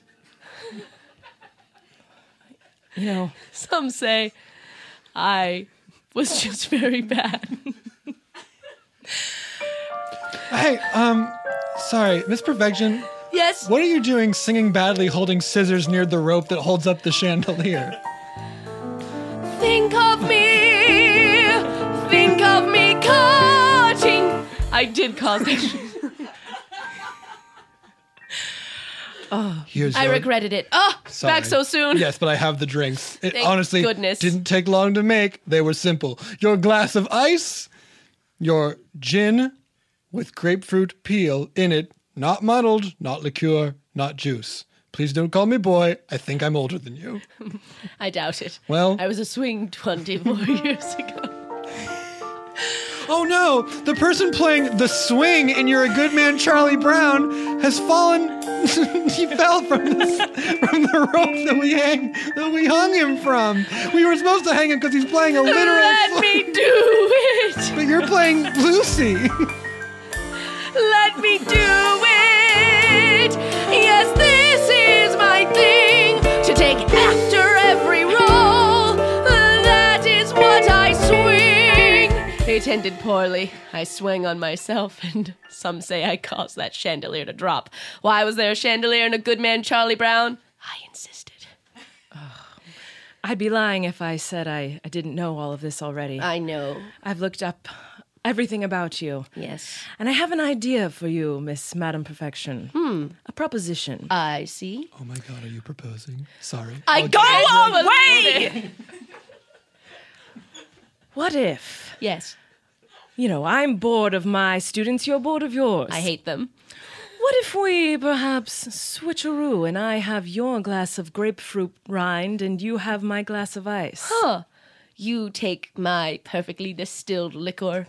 You know, Some say I was just very bad. Hey, um, sorry, Miss Perfection. Yes. What are you doing singing badly holding scissors near the rope that holds up the chandelier? Think of me, think of me cutting. I did cause it. oh, Here's I your- regretted it. Oh, Sorry. back so soon. Yes, but I have the drinks. It Thank honestly goodness. didn't take long to make. They were simple. Your glass of ice, your gin with grapefruit peel in it, not muddled, not liqueur, not juice. Please don't call me boy. I think I'm older than you. I doubt it. Well- I was a swing 24 years ago. Oh no, the person playing the swing and you're a good man Charlie Brown has fallen. he fell from, this, from the rope that we hang that we hung him from. We were supposed to hang him because he's playing a literal. Let swing. me do it. But you're playing Lucy. Let me do it. Yes, this is my thing to take after every roll. That is what I swing. It ended poorly. I swung on myself, and some say I caused that chandelier to drop. Why was there a chandelier and a good man, Charlie Brown? I insisted. I'd be lying if I said I, I didn't know all of this already. I know. I've looked up everything about you. Yes. And I have an idea for you, Miss Madam Perfection. Hmm. A proposition. I see. Oh my god, are you proposing? Sorry. Oh, I I'll go get away. What if? Yes. You know, I'm bored of my students, you're bored of yours. I hate them. What if we perhaps switcheroo and I have your glass of grapefruit rind and you have my glass of ice? Huh. You take my perfectly distilled liquor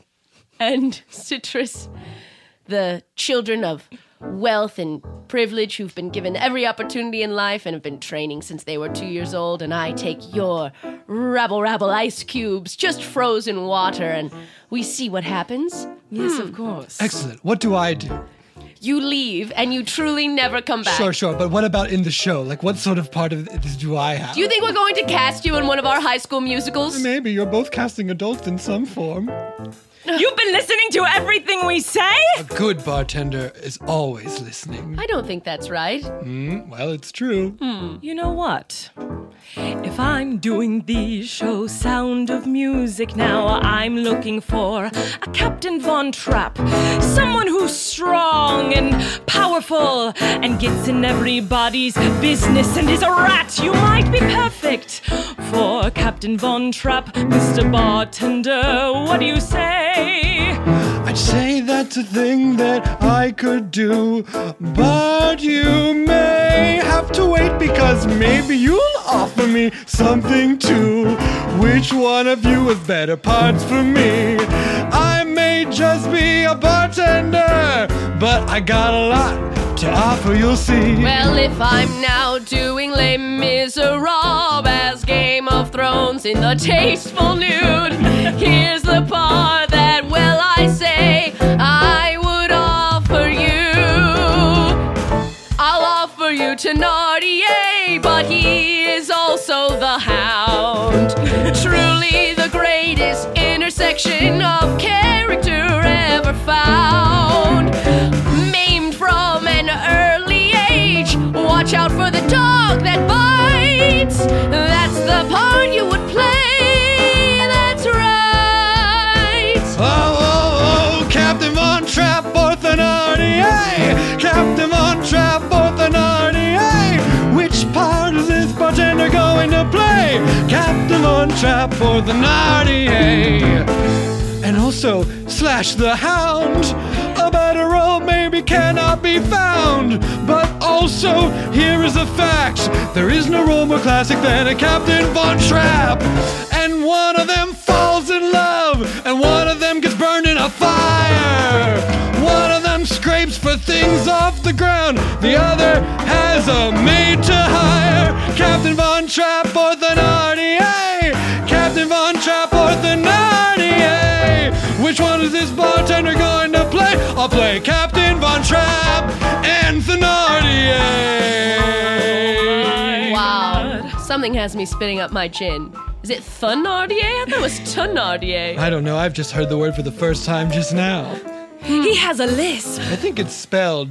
and citrus. The children of wealth and privilege who've been given every opportunity in life and have been training since they were two years old, and I take your rabble rabble ice cubes, just frozen water, and we see what happens. Hmm. Yes, of course. Excellent. What do I do? You leave and you truly never come back. Sure, sure. But what about in the show? Like, what sort of part of this do I have? Do you think we're going to cast you in one of our high school musicals? Uh, Maybe you're both casting adults in some form. You've been listening to everything we say? A good bartender is always listening. I don't think that's right. Mm, well, it's true. You know what? If I'm doing the show Sound of Music now, I'm looking for a Captain Von Trapp. Someone who's strong and powerful and gets in everybody's business and is a rat. You might be perfect for Captain Von Trapp, Mr. Bartender. What do you say? I'd say that's a thing that I could do, but you may have to wait because maybe you'll offer me something too. Which one of you is better parts for me? I may just be a bartender, but I got a lot to offer, you'll see. Well, if I'm now doing Les Miserables as Game of Thrones in the tasteful nude, here's the part that, well, I say I would offer you. I'll offer you Thenardier, but he is also the Hound. Truly the greatest intersection of character ever found. Maimed from an early age, watch out for the dog that bites. That's the part you would play. That's right. Oh, oh, oh, Captain Von Trapp, Orthonardier! Captain Von Trapp, Orthonardier! Which part is this bartender going to play? Captain Von Trapp, Orthonardier! And also, Slash the Hound! A better role maybe cannot be found! But also, here is a fact there is no role more classic than a Captain Von Trapp! And one of them falls in love, and one of them gets burned in a fire. One of them scrapes for things off the ground, the other has a maid to hire. Captain Von Trapp or the Nardier. Captain Von Trapp or the Nardier. Which one is this bartender going to play? I'll play Captain Von Trapp and the Nardier. Wow. Something has me spitting up my chin. Is it Thenardier? I thought it was Thenardier. I don't know, I've just heard the word for the first time just now. Hmm. He has a lisp. I think it's spelled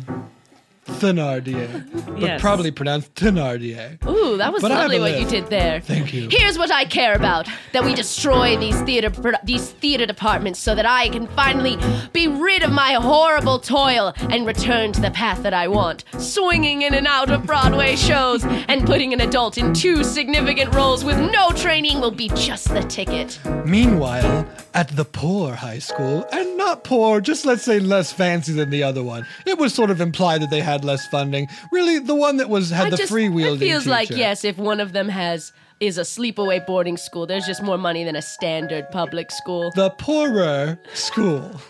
Thenardier, but Yes. probably pronounced Thenardier. Ooh, that was But I lovely what you believe- did there. Thank you. Here's what I care about: that we destroy these theater produ- these theater departments, so that I can finally be rid of my horrible toil and return to the path that I want, swinging in and out of Broadway shows and putting an adult in two significant roles with no training will be just the ticket. Meanwhile, at the poor high school, and not poor, just let's say less fancy than the other one. It was sort of implied that they had less funding. Really, the one that was had I the just- free wielding. It feels like yes, if one of them has is a sleepaway boarding school, there's just more money than a standard public school. The poorer school.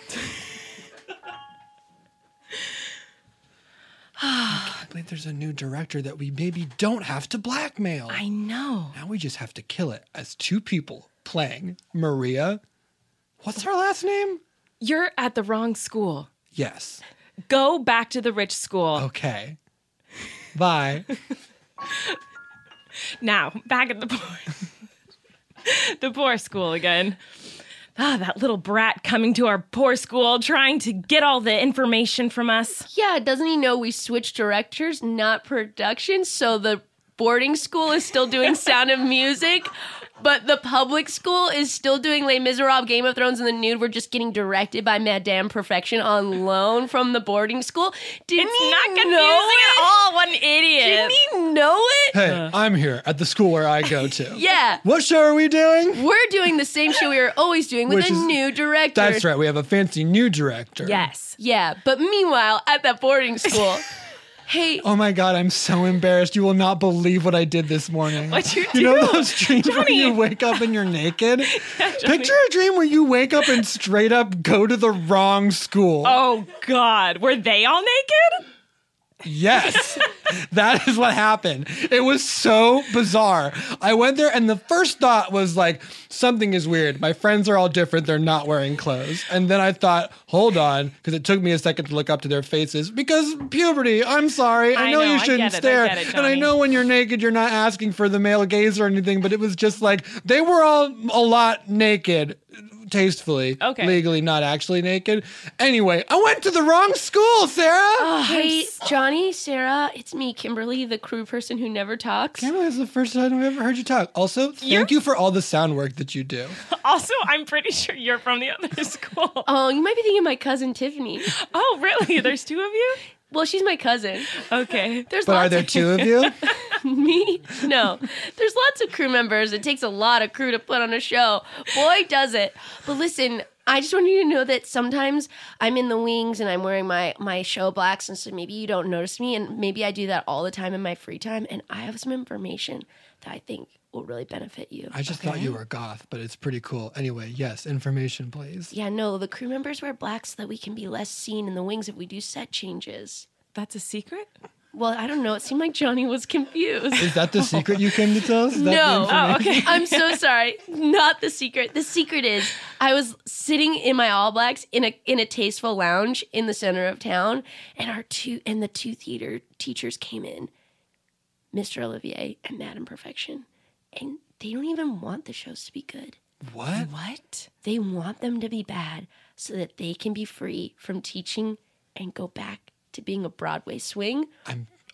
I can't believe there's a new director that we maybe don't have to blackmail. I know. Now we just have to kill it as two people playing Maria. What's her last name? You're at the wrong school. Yes. Go back to the rich school. Okay. Bye. Now, back at the poor, the poor school again. Ah, that little brat coming to our poor school trying to get all the information from us. Yeah, doesn't he know we switched directors, not production? So the boarding school is still doing Sound of Music, but the public school is still doing Les Miserables, Game of Thrones, and the Nude. We're just getting directed by Madame Perfection on loan from the boarding school. Didn't It's he not confusing know at it? all. What an idiot. Didn't he know it? Hey, I'm here at the school where I go to. Uh. Yeah. What show are we doing? We're doing the same show we were always doing with Which a is- new director. That's right. We have a fancy new director. Yes. Yeah, but meanwhile, at that boarding school, hey, Oh my god, I'm so embarrassed. You will not believe what I did this morning. What'd you You know do? those dreams where you wake up and you're naked? Picture a dream where you wake up and straight up go to the wrong school. Oh, God. Were they all naked? Yes. that is what happened. It was so bizarre. I went there and the first thought was like something is weird. My friends are all different. They're not wearing clothes. And then I thought, "Hold on," because it took me a second to look up to their faces because puberty. I'm sorry. I, I know, know. I you get it. shouldn't I stare. get it, and I Johnny. know when you're naked, you're not asking for the male gaze or anything, but it was just like they were all a lot naked. Tastefully, Okay. legally, not actually naked. Anyway, I went to the wrong school, Sarah. Oh, hey, Johnny, Sarah, it's me, Kimberly, the crew person who never talks. Camera is the first time I've ever heard you talk. Also, thank You're- you for all the sound work that you do. Also, I'm pretty sure you're from the other school. Oh, you might be thinking my cousin Tiffany. Oh, really? There's two of you? Well, she's my cousin. Okay. There's But lots are there of two of you? me. No, there's lots of crew members. It takes a lot of crew to put on a show. Boy, does it! But listen, I just want you to know that sometimes I'm in the wings and I'm wearing my my show blacks, and so maybe you don't notice me, and maybe I do that all the time in my free time, and I have some information that I think will really benefit you. I just thought Okay? you were goth, but it's pretty cool. Anyway, yes, information, please. Yeah, no, the crew members wear black so that we can be less seen in the wings if we do set changes. That's a secret? Well, I don't know. It seemed like Johnny was confused. Is that the secret you came to tell us? Is that the no. Oh, information? I'm so sorry. Not the secret. The secret is I was sitting in my all blacks in a in a tasteful lounge in the center of town, and our two and the two theater teachers came in, Mr. Olivier and Madame Perfection, and they don't even want the shows to be good. What? What? They want them to be bad so that they can be free from teaching and go back to being a Broadway swing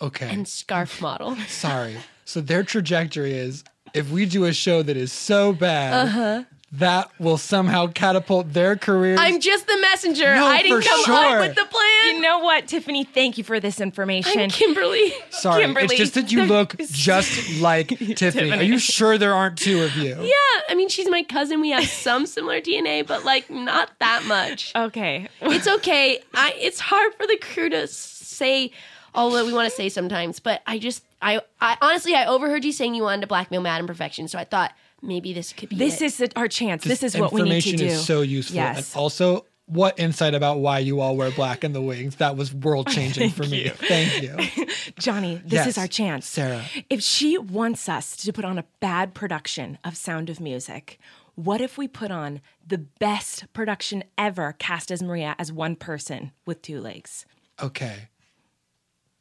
Okay. and scarf model. Sorry. So their trajectory is if we do a show that is so bad, Uh huh. that will somehow catapult their careers. I'm just the messenger. No, I didn't for come up sure. with the plan. You know what, Tiffany? Thank you for this information. I'm Kimberly. Sorry, Kimberly. it's just that you look just like Tiffany. Are you sure there aren't two of you? Yeah, I mean, she's my cousin. We have some similar DNA, but like not that much. Okay, it's okay. I it's hard for the crew to say all that we want to say sometimes, but I just I I honestly I overheard you saying you wanted to blackmail Madam Perfection, so I thought maybe this could be This it. is the- our chance. This, is what we need to Information do. is so useful. Yes. And also, what insight about why you all wear black in the wings? That was world changing for me. Thank you. Johnny, this Yes, is our chance. Sarah. If she wants us to put on a bad production of Sound of Music, what if we put on the best production ever cast as Maria as one person with two legs? Okay.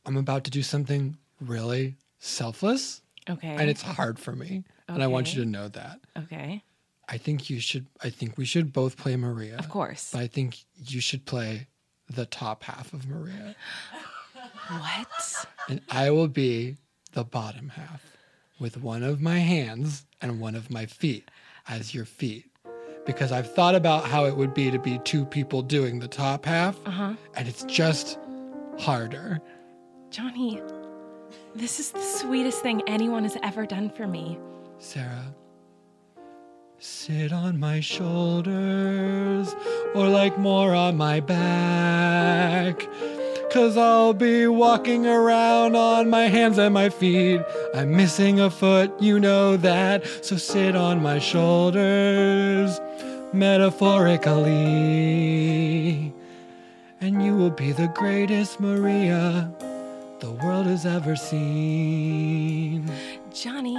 I'm about to do something really selfless. Okay. And it's hard for me. And I want Okay. you to know that. Okay. I think you should. I think we should both play Maria. Of course. But I think you should play the top half of Maria, What? and I will be the bottom half, with one of my hands and one of my feet as your feet, because I've thought about how it would be to be two people doing the top half, Uh huh. and it's just harder. Johnny, this is the sweetest thing anyone has ever done for me. Sarah, sit on my shoulders or like more on my back. Cause I'll be walking around on my hands and my feet. I'm missing a foot, you know that. So sit on my shoulders, metaphorically. And you will be the greatest Maria the world has ever seen. Johnny,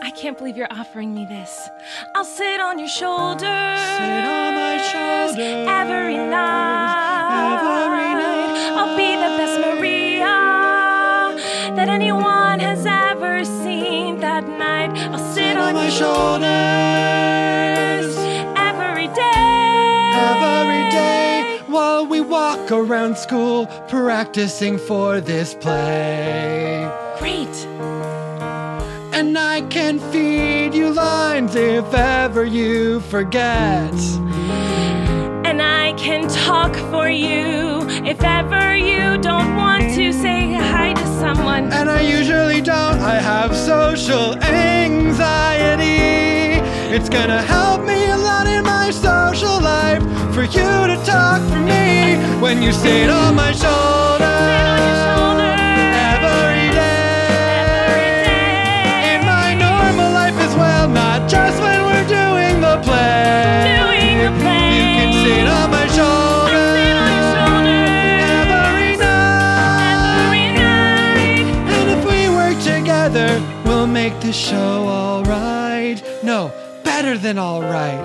I can't believe you're offering me this. I'll sit on your shoulders. Sit on my shoulders. Every night. Every night. I'll be the best Maria that anyone has ever seen that night. I'll sit, on, my your shoulders. Every day. Every day while we walk around school practicing for this play. Great. And I can feed you lines if ever you forget. And I can talk for you if ever you don't want to say hi to someone. And I usually don't, I have social anxiety. It's gonna help me a lot in my social life for you to talk for me when you sit on my shoulder. Every day. In my normal life as well, not just when we're doing the play. Doing the play. You can sit on my shoulder. Every night. And if we work together, we'll make the show alright. No, better than alright.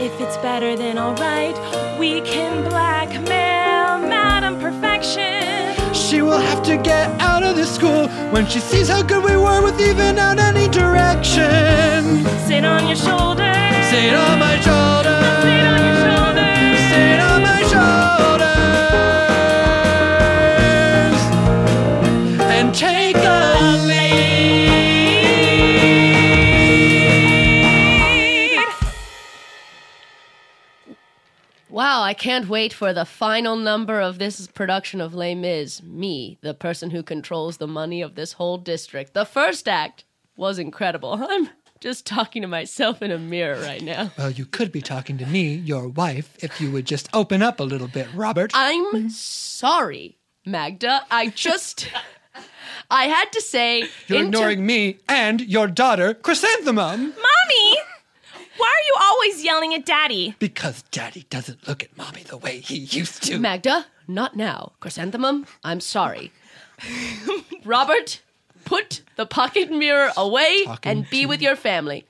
If it's better than alright, we can blackmail Madam Perfection. She will have to get out of this school when she sees how good we were with even out any direction. Sit on your shoulder. Sit on my shoulder. Sit on your shoulder. Sit on my shoulders. And take a lead. Wow, I can't wait for the final number of this production of Les Mis. Me, the person who controls the money of this whole district. The first act was incredible. I'm just talking to myself in a mirror right now. Well, you could be talking to me, your wife, if you would just open up a little bit, Robert. I'm sorry, Magda. I just. I had to say. You're in ter- ignoring me and your daughter, Chrysanthemum, Mommy, why are you always yelling at Daddy? because Daddy doesn't look at Mommy the way he used to. Magda, not now. Chrysanthemum, I'm sorry. Robert, put the pocket mirror away Talking and be with your family.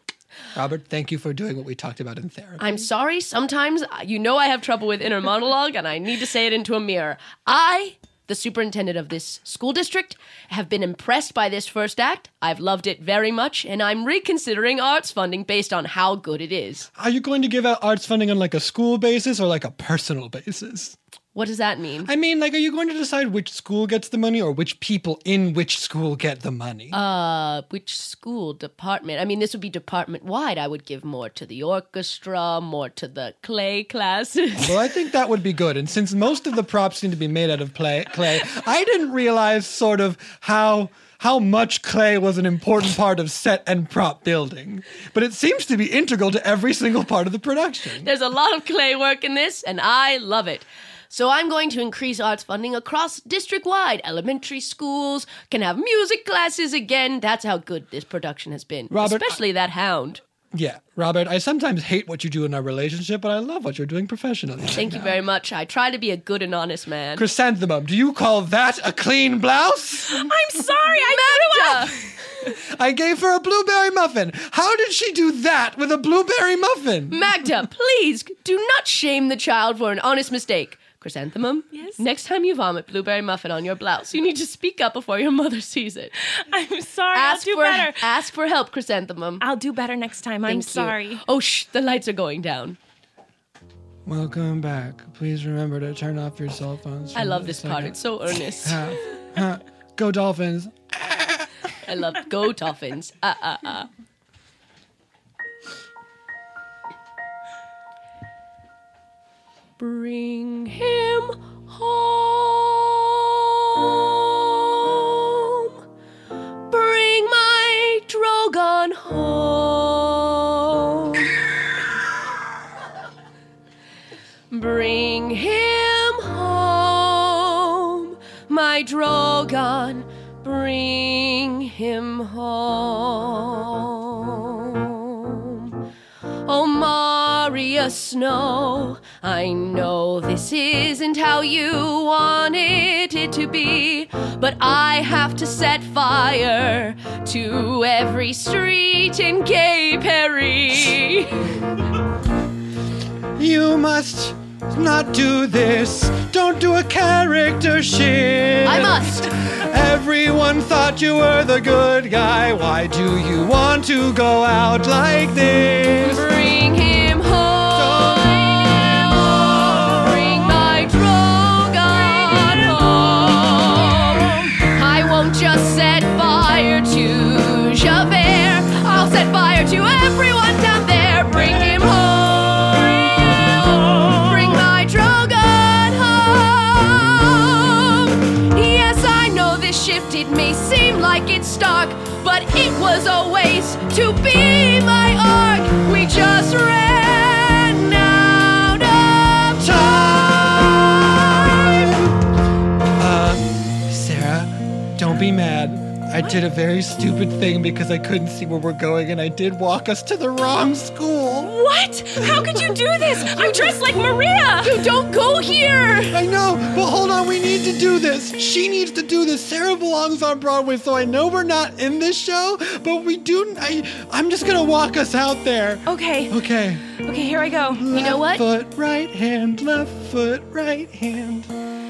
Robert, thank you for doing what we talked about in therapy. I'm sorry, sometimes uh, you know I have trouble with inner monologue and I need to say it into a mirror. I, the superintendent of this school district, have been impressed by this first act. I've loved it very much and I'm reconsidering arts funding based on how good it is. Are you going to give out arts funding on like a school basis or like a personal basis? What does that mean? I mean, like, are you going to decide which school gets the money or which people in which school get the money? Uh, which school department? I mean, this would be department wide. I would give more to the orchestra, more to the clay classes. Well, I think that would be good. And since most of the props seem to be made out of play, clay, I didn't realize sort of how how much clay was an important part of set and prop building. But it seems to be integral to every single part of the production. There's a lot of clay work in this, and I love it. So I'm going to increase arts funding across district wide. Elementary schools can have music classes again. That's how good this production has been. Robert, especially that hound. Yeah, Robert, I sometimes hate what you do in our relationship, but I love what you're doing professionally. Thank you very much. I try to be a good and honest man. Chrysanthemum, do you call that a clean blouse? I'm sorry, I I gave her a blueberry muffin. How did she do that with a blueberry muffin? Magda, please do not shame the child for an honest mistake. Chrysanthemum, yes? next time you vomit blueberry muffin on your blouse, you need to speak up before your mother sees it. I'm sorry. Ask I'll do for better. ask for help, Chrysanthemum. I'll do better next time. Thank I'm you. sorry. Oh, shh, the lights are going down. Welcome back. Please remember to turn off your cell phones. I love this part. It's so earnest. Go Dolphins. I love go dolphins. Uh, uh, uh. Bring him home. Bring my Drogon home. Bring him home, my Drogon. Bring him home. Oh, Maria Snow, I know this isn't how you wanted it to be, but I have to set fire to every street in Gay Perry. You must not do this. Don't do a character shift. I must. Everyone thought you were the good guy. Why do you want to go out like this? Bring him home. Bring my Drogon home. I won't just set fire to Javert. I'll set fire to everyone down there. Bring him home. Bring my Drogon home. Yes, I know this shift, it may seem like it's stark, but it was a waste to be my arc. We just ran out of time. Uh, Sarah, don't be mad. I did a very stupid thing because I couldn't see where we're going and I did walk us to the wrong school. What? How could you do this? I'm dressed like Maria. You don't go here. I know, but hold on, we need to do this. She needs to do this. Sarah belongs on Broadway, so I know we're not in this show, but we do. I, I'm just gonna walk us out there. Okay. Okay. Okay, here I go. You know what? Foot right hand, left foot, right hand.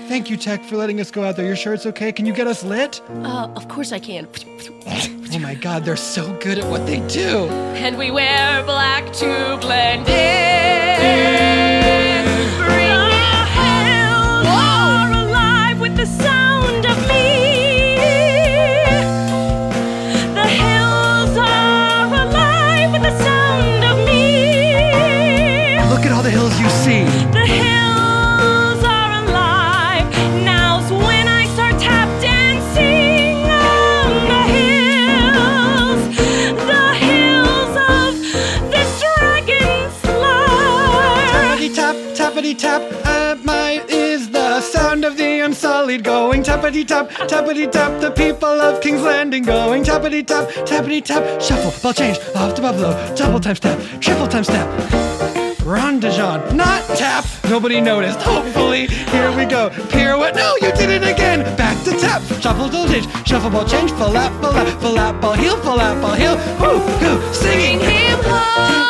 Thank you, Tech, for letting us go out there. Your shirt's okay. Can you get us lit? Uh, of course I can. Oh my god, they're so good at what they do. And we wear black to blend in. Bring it hell You're alive with the sound of me. The hills are alive with the sound of me. Look at all the hills you see. The hills are alive. Now's when I start tap dancing on the hills. The hills tappity tap at my is the sound of the unsullied going tappity tap tappity tap the people of King's Landing going tappity tap tappity tap shuffle ball change off to buffalo double time step triple time step Rondejean, not tap. Nobody noticed. Oh, Hopefully, here we go. Pirouette. No, you did it again. Back to tap. Shuffle, double change. Shuffle, ball change. Full out, full out, full out, ball heel, full out, ball heel. Woo, go. Singing him home.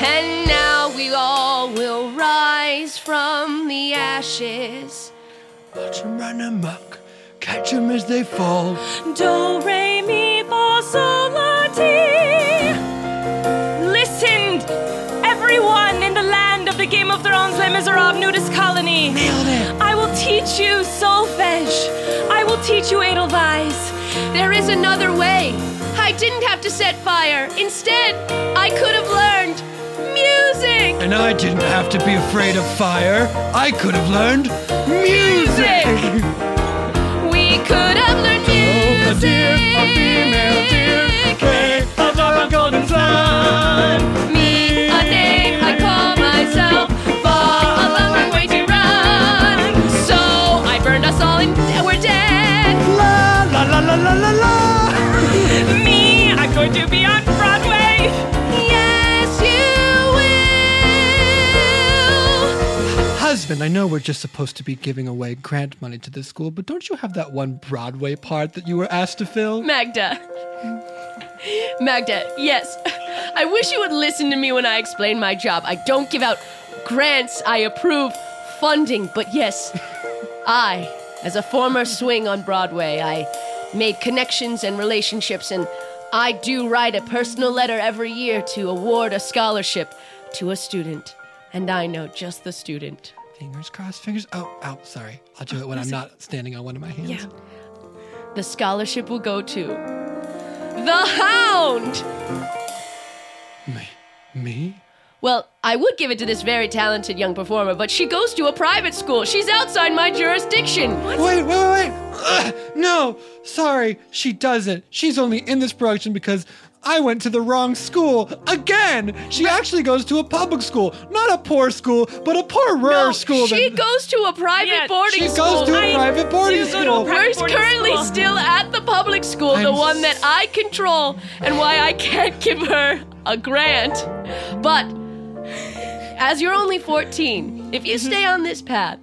And now we all will rise from the ashes. Watch 'em run amok. Catch 'em as they fall. Do re mi fa sol la ti. Listen, everyone in the land of the Game of Thrones Les Miserables nudist colony. Nailed it. I will teach you solfege. I will teach you Edelweiss. There is another way. I didn't have to set fire. Instead, I could have learned music. And I didn't have to be afraid of fire. I could have learned music. We could have learned Oh, a deer, a female deer, way above a golden sun. me a name I call myself. Fall a long way to run. So I burned us all and we're dead. La la la la la la la. Me, I'm going to be on Broadway. Yes, you Husband, I know we're just supposed to be giving away grant money to this school, but don't you have that one Broadway part that you were asked to fill? Magda. Magda, yes. I wish you would listen to me when I explain my job. I don't give out grants, I approve funding, but yes, I, as a former swing on Broadway, I made connections and relationships, and I do write a personal letter every year to award a scholarship to a student. And I know just the student. Fingers crossed, fingers. Oh, ow, sorry. I'll do it when I'm not standing on one of my hands. Yeah. The scholarship will go to the Hound! Me? Well, I would give it to this very talented young performer, but she goes to a private school. She's outside my jurisdiction. Wait, wait, wait, wait. Ugh, no, sorry, she doesn't. She's only in this production because I went to the wrong school again. She actually goes to a public school, not a poor school, but a poorer school. She than- goes to a private boarding she goes school. to a I private boarding do go to a school. private We're boarding currently school. still at the public school, the I'm one that I control, and why I can't give her a grant. But as you're only 14, if you stay on this path,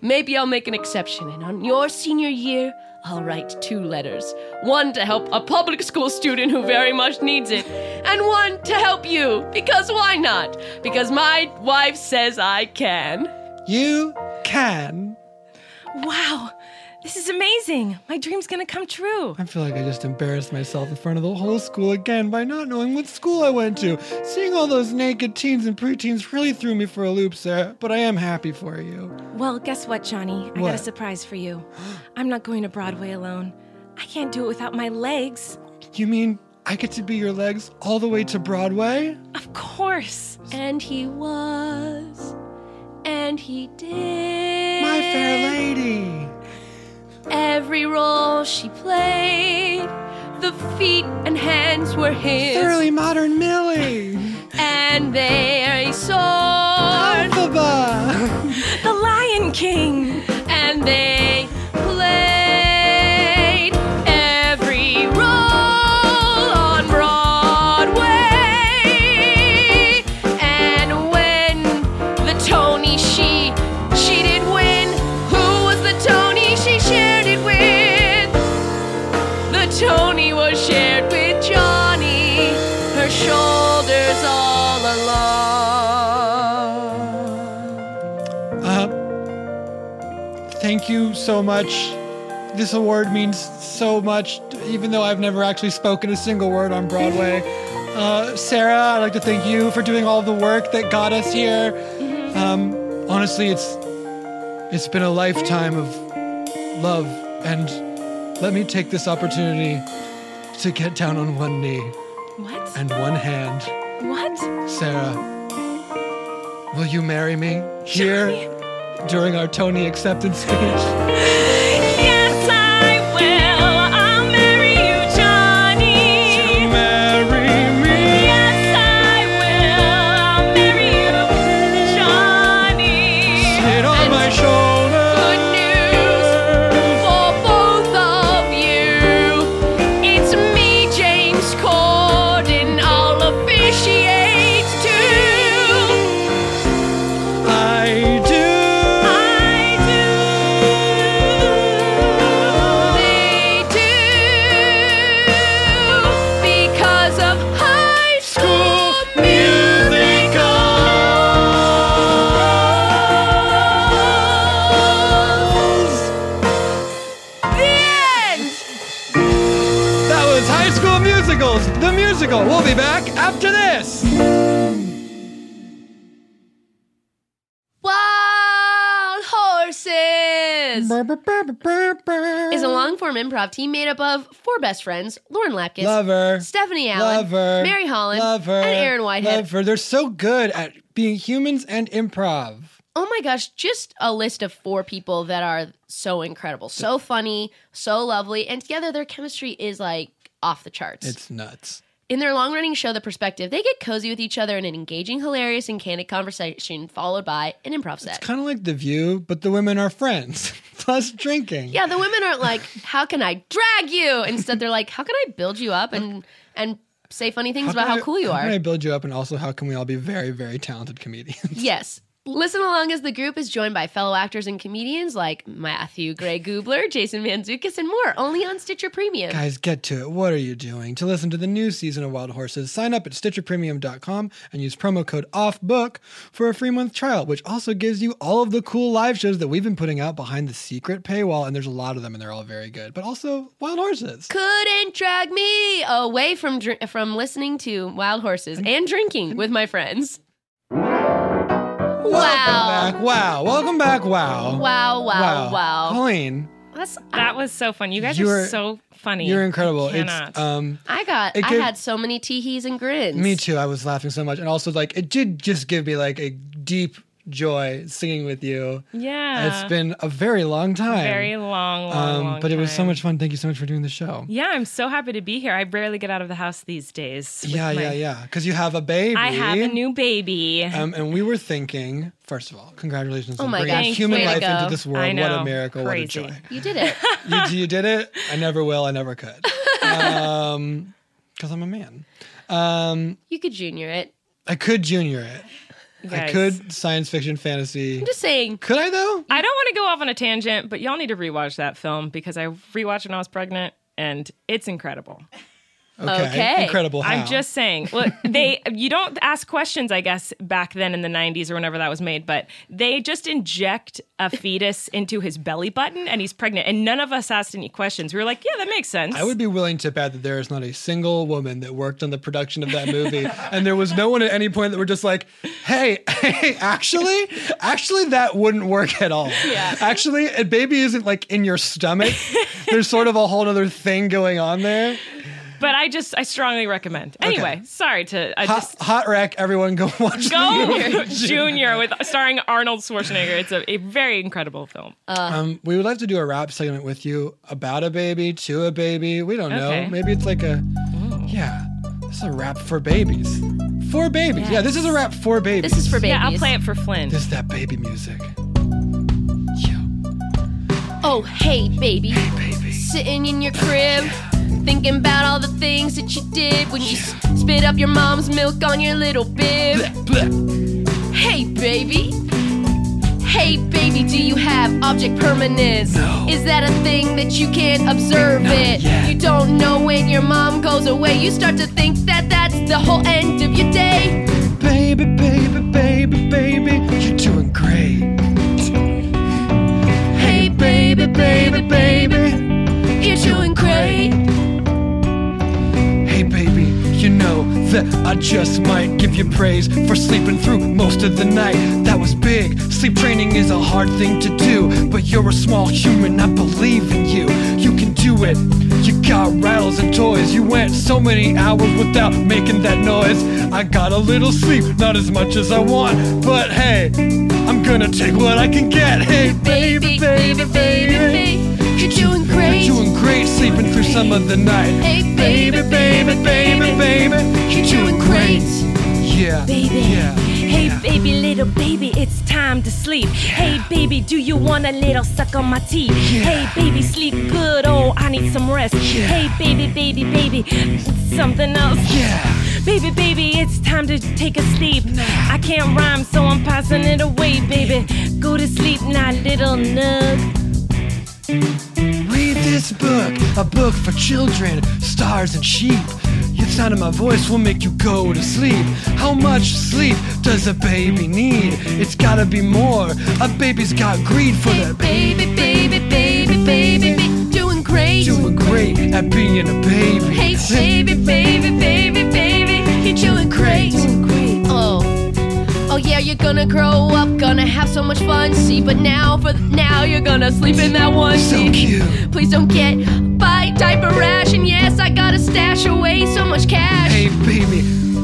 maybe I'll make an exception, and on your senior year, I'll write two letters. One to help a public school student who very much needs it, and one to help you, because why not? Because my wife says I can. You can. Wow, this is amazing. My dream's gonna come true. I feel like I just embarrassed myself in front of the whole school again by not knowing what school I went to. Seeing all those naked teens and preteens really threw me for a loop, Sarah, but I am happy for you. Well, guess what, Johnny? I got a What? surprise for you. I'm not going to Broadway alone. I can't do it without my legs. You mean I get to be your legs all the way to Broadway? Of course. And he was. And he did. My fair lady. Every role she played, the feet and hands were his. Thoroughly modern Millie. And there he soared. the Lion King. And they played every role on Broadway. And when the Tony she she did win, who was the Tony she shared it with? The Tony was shared with Johnny, her shoulders all along. Uh, thank you so much. This award means so much, even though I've never actually spoken a single word on Broadway. Uh, Sarah, I'd like to thank you for doing all the work that got us here. Um, honestly, it's it's been a lifetime of love, and let me take this opportunity to get down on one knee What? and one hand. What? Sarah, will you marry me here during our Tony acceptance speech. Yes, I will. I'll marry you, Johnny. marry me. Yes, I will. I'll marry you, Johnny. Sit on my shoulder. Good news for both of you. It's me, James Corden. I'll officiate too. I do. They do because of high school musicals. That was High School Musicals, the musical. We'll be back after this. Wild Horses is a long form improv team made up of four best friends Lauren Lapkus, Lover. Stephanie Allen, Lover. Mary Holland, Lover. and Aaron Whitehead. Lover. They're so good at being humans and improv. Oh my gosh, just a list of four people that are so incredible, so funny, so lovely, and together their chemistry is like off the charts. It's nuts. In their long running show, The Perspective, they get cozy with each other in an engaging, hilarious, and candid conversation, followed by an improv set. It's kind of like The View, but the women are friends, plus drinking. Yeah, the women aren't like, "How can I drag you?" Instead, they're like, "How can I build you up and and say funny things about can how I- cool you How can I are?" build you up, and also how can we all be very, very talented comedians? Yes. Listen along as the group is joined by fellow actors and comedians like Matthew Gray Gubler, Jason Manzukis, and more. Only on Stitcher Premium. Guys, get to it. What are you doing? To listen to the new season of Wild Horses, sign up at StitcherPremium.com and use promo code OFFBOOK for a free month trial, which also gives you all of the cool live shows that we've been putting out behind the secret paywall. And there's a lot of them, and they're all very good. But also Wild Horses. Couldn't drag me away from dr- from listening to Wild Horses and drinking with my friends. Wow. Back, wow. Welcome back. Wow. Wow, wow, wow. Colleen, that was so fun. You guys You are are- so funny. you're incredible. I It's cannot. um I got It I could- had so many teehees and grins. Me too. I was laughing so much, and also like it did just give me like a deep joy singing with you. Yeah. it's been a very long time. Um, Very long, long, long but it was so much fun. Thank you so much for doing the show. yeah, I'm so happy to be here. I barely get out of the house these days. with Yeah, my- yeah, yeah. Because you have a baby. I have a new baby. Um, and we were thinking, first of all, congratulations Oh on my bringing gosh, human way to life into go. this world. I What a know. miracle! Crazy. What a joy! You did it. You, you did it. I never will. I never could. Um, because I'm a man. Um, You could junior it. I could junior it. I Guys. could science fiction, fantasy. I'm just saying. Could I though? I don't want to go off on a tangent, but y'all need to rewatch that film because I rewatched when I was pregnant and it's incredible. Okay. Okay. Incredible how? I'm just saying. Well, they you don't ask questions, I guess, back then in the 90s or whenever that was made, but they just inject a fetus into his belly button and he's pregnant, and none of us asked any questions. We were like, yeah, that makes sense. I would be willing to bet that there is not a single woman that worked on the production of that movie, and there was no one at any point that were just like, "Hey, hey, actually, actually, that wouldn't work at all. Yeah. Actually, a baby isn't like in your stomach. There's sort of a whole other thing going on there. But I just I strongly recommend. Okay. Anyway, sorry to I Hot, just hot wreck, everyone, go watch. the Go movie. Junior with starring Arnold Schwarzenegger. It's a, a very incredible film. um, we would like to do a rap segment with you about a baby, to a baby. We don't Okay. know. Maybe it's like a, yeah, this is a rap for babies. For babies. Yeah, this is a rap for babies. This is for Yeah, I'll play it for Flynn. This is that baby music. Oh, hey, baby. Sitting in your crib, thinking about all the things that you did when you s- spit up your mom's milk on your little bib. Hey, baby. Hey, baby, do you have object permanence? Is that a thing that you can't observe it? You don't know when your mom goes away. You start to think that that's the whole end of your day. Baby, baby, baby, baby, you're doing great. Hey, baby, baby, baby, you're doing great. Hey, baby, you know that I just might give you praise for sleeping through most of the night. That was big. Sleep training is a hard thing to do, but you're a small human. I believe in you. You can do it. You got rattles and toys. You went so many hours without making that noise. I got a little sleep, not as much as I want, but hey, I'm gonna take what I can get. Hey, baby, baby, baby, You're doing great. You're doing great sleeping through some of the night. Hey, baby, baby, baby, baby. You're doing great. Yeah. Baby. Yeah. Hey, baby, little baby, it's time to sleep. Hey, baby, do you want a little suck on my teeth? Hey, baby, sleep good. Oh, I need some rest. Hey, baby, baby, baby, something else. Yeah. Baby, baby, it's time to take a sleep. I can't rhyme, so I'm passing it away, baby. Go to sleep now, little nug. Read this book, a book for children, stars and sheep. The sound of my voice will make you go to sleep. How much sleep does a baby need? It's gotta be more. A baby's got greed for that Baby, baby, baby, baby, baby, doing great. Doing great at being a baby. Hey, baby, baby, baby, baby, you're doing great. Oh, oh yeah, you're gonna grow up, gonna have so much fun. See, but now for now you're gonna sleep in that one. So cute. Please don't get bite diaper rash, and yes, I gotta stash away so much cash. Hey, baby,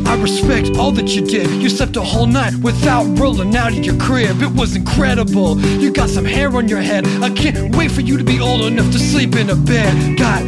I respect all that you did. You slept a whole night without rolling out of your crib. It was incredible. You got some hair on your head. I can't wait for you to be old enough to sleep in a bed. Got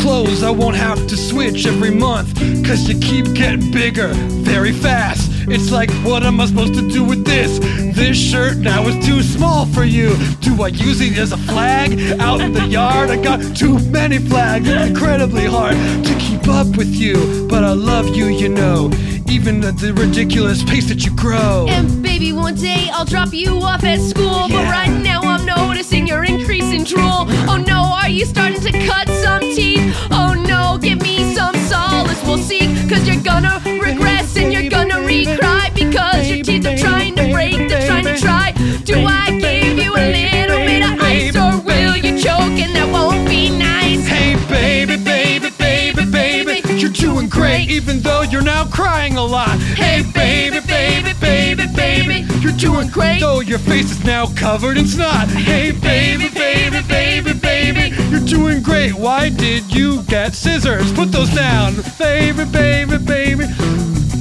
clothes I won't have to switch every month. Cause you keep getting bigger very fast. It's like, what am I supposed to do with this? This shirt now is too small for you. Do I use it as a flag out in the yard? I got too many flags. It's incredibly hard to keep up with you. But I love you, you know. Even at the ridiculous pace that you grow. And baby, one day I'll drop you off at school. But right now I'm noticing your increase in drool. Oh no, are you starting to cut some teeth? Oh no, give me some solace, we'll seek. Cause you're gonna regress and you're gonna re cry. Because your teeth are trying to break, they're trying to try. Do I give you a little bit of ice or will you choke? And that won't be nice. Hey, baby, baby, baby, baby, you're doing great, even though you're now crying a lot. Hey, baby, baby, baby, baby, you're doing great, though your face is now covered in snot. Hey, baby, baby, baby, baby, you're doing great. Why did you get scissors? Put those down, baby, baby, baby.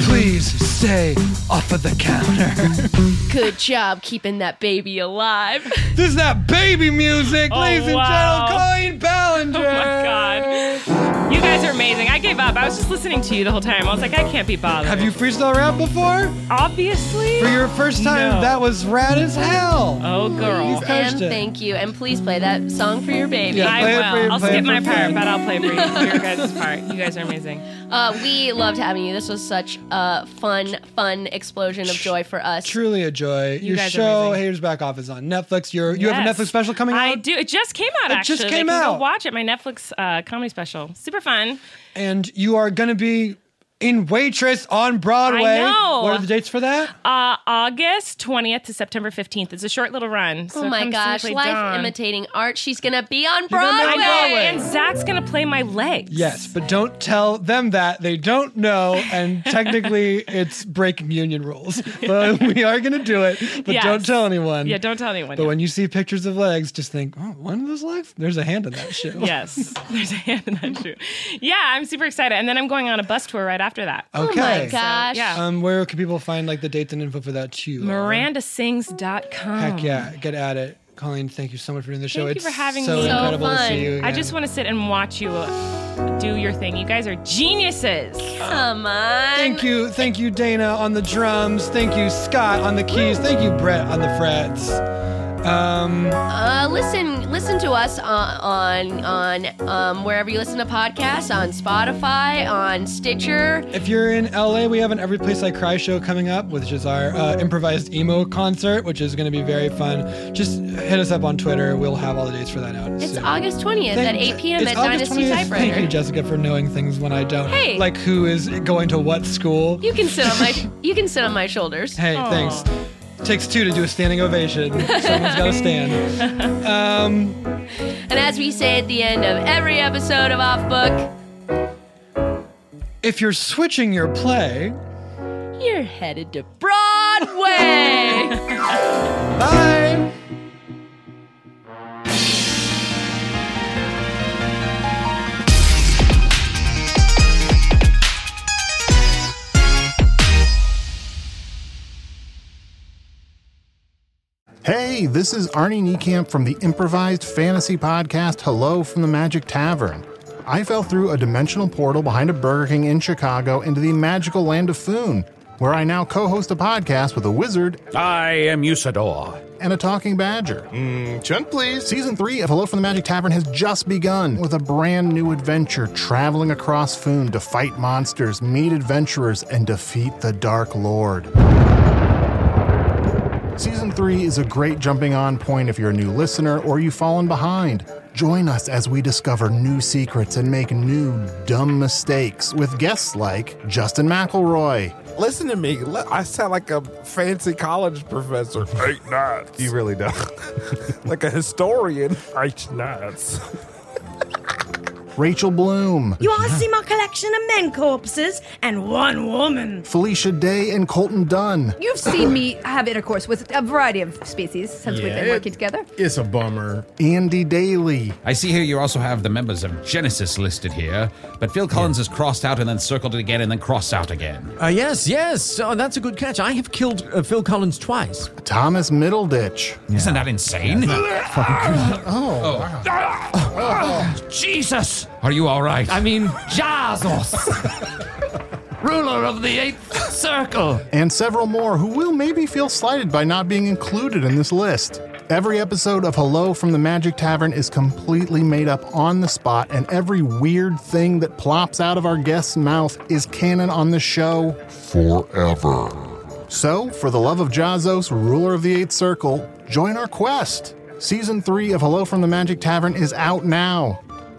Please stay off of the counter. Good job keeping that baby alive. This is that baby music, ladies wow. and gentlemen. Colleen Ballinger. Oh my god. You guys are amazing. I gave up. I was just listening to you the whole time. I was like, I can't be bothered. Have you freestyle rap before? Obviously. For your first time, No. that was rad as hell. Oh, girl. You And crushed it. thank you. And please play that song for your baby. I will. I'll skip my part, but I'll play for you. Your Your guys' part. You guys are amazing. Uh, we loved having you. This was such a fun, fun explosion of joy for us. Truly a joy. You your guys are show, Haters Back Off, is on Netflix. Your you have Yes. a Netflix special coming out? I do. It just came out. It actually, just They came can Go out. watch it. My Netflix uh, comedy special. Super fun. And you are going to be in Waitress on I Broadway. know. What are the dates for that? Uh, August twentieth to September fifteenth. It's a short little run. So oh come my see me gosh, play life Dawn. imitating art. She's gonna be on You're gonna be Broadway. on Broadway. And Zach's gonna play my legs. Yes, but don't tell them that. They don't know. And technically, it's breaking union rules. But we are going to do it. But Yes. don't tell anyone. Yeah, don't tell anyone. But when you see pictures of legs, just think, oh, one of those legs? There's a hand in that shoe. yes, there's a hand in that shoe. Yeah, I'm super excited, and then I'm going on a bus tour right after that. Oh Okay. So, yeah. Um, where can people find like the dates and info for that too? Laura? MirandaSings.com. Heck yeah, get at it, Colleen. Thank you so much for doing the show. Um, Thank it's you for having so me. incredible to see you. I again. just want to sit and watch you uh, do your thing. You guys are geniuses. Come on. Thank you, thank you, Dana on the drums. Thank you, Scott on the keys. Thank you, Brett on the frets. Um, Uh, listen, listen to us on on, on um, wherever you listen to podcasts, on Spotify, on Stitcher. if you're in LA, we have an Every Place I Cry show coming up, which is our uh, improvised emo concert, which is going to be very fun. Just hit us up on Twitter. We'll have all the dates for that out. It's August twentieth at eight p.m. It's at August Dynasty 20th. Typewriter. Thank you, Jessica, for knowing things when I don't. Hey. Like who is going to what school. You can sit on my you can sit on my shoulders. Hey, thanks. Takes two to do a standing ovation. Someone's got to stand. Um, And as we say at the end of every episode of Off Book, if you're switching your play, you're headed to Broadway. bye. Hey, this is Arnie Niekamp from the improvised fantasy podcast Hello from the Magic Tavern. I fell through a dimensional portal behind a Burger King in Chicago into the magical land of Foon, where I now co host a podcast with a wizard I am Usador. and a talking badger. Mm, please. Season 3 of Hello from the Magic Tavern has just begun with a brand new adventure traveling across Foon to fight monsters, meet adventurers, and defeat the Dark Lord. Season 3 is a great jumping on point if you're a new listener or you've fallen behind. Join us as we discover new secrets and make new dumb mistakes with guests like Justin McElroy. Listen to me. Li- I sound like a fancy college professor. Eight nuts. You really do. like a historian. Eight nuts. Rachel Bloom. You want to see my collection of men corpses and one woman. Felicia Day and Colton Dunn. You've seen me have intercourse with a variety of species since we've been Yeah. working together. It's a bummer. Andy Daly. I see here you also have the members of Genesis listed here, but Phil Collins is crossed out and then circled again and then crossed out again. Uh, yes, yes. Oh, that's a good catch. I have killed uh, Phil Collins twice. Thomas Middleditch. Isn't that insane? Oh. Ah! Jesus! Are you all right? I mean, Jazos! Ruler of the Eighth Circle! and several more who will maybe feel slighted by not being included in this list. Every episode of Hello from the Magic Tavern is completely made up on the spot, and every weird thing that plops out of our guest's mouth is canon on the show forever. So, for the love of Jazos, ruler of the Eighth Circle, join our quest! Season 3 of Hello from the Magic Tavern is out now.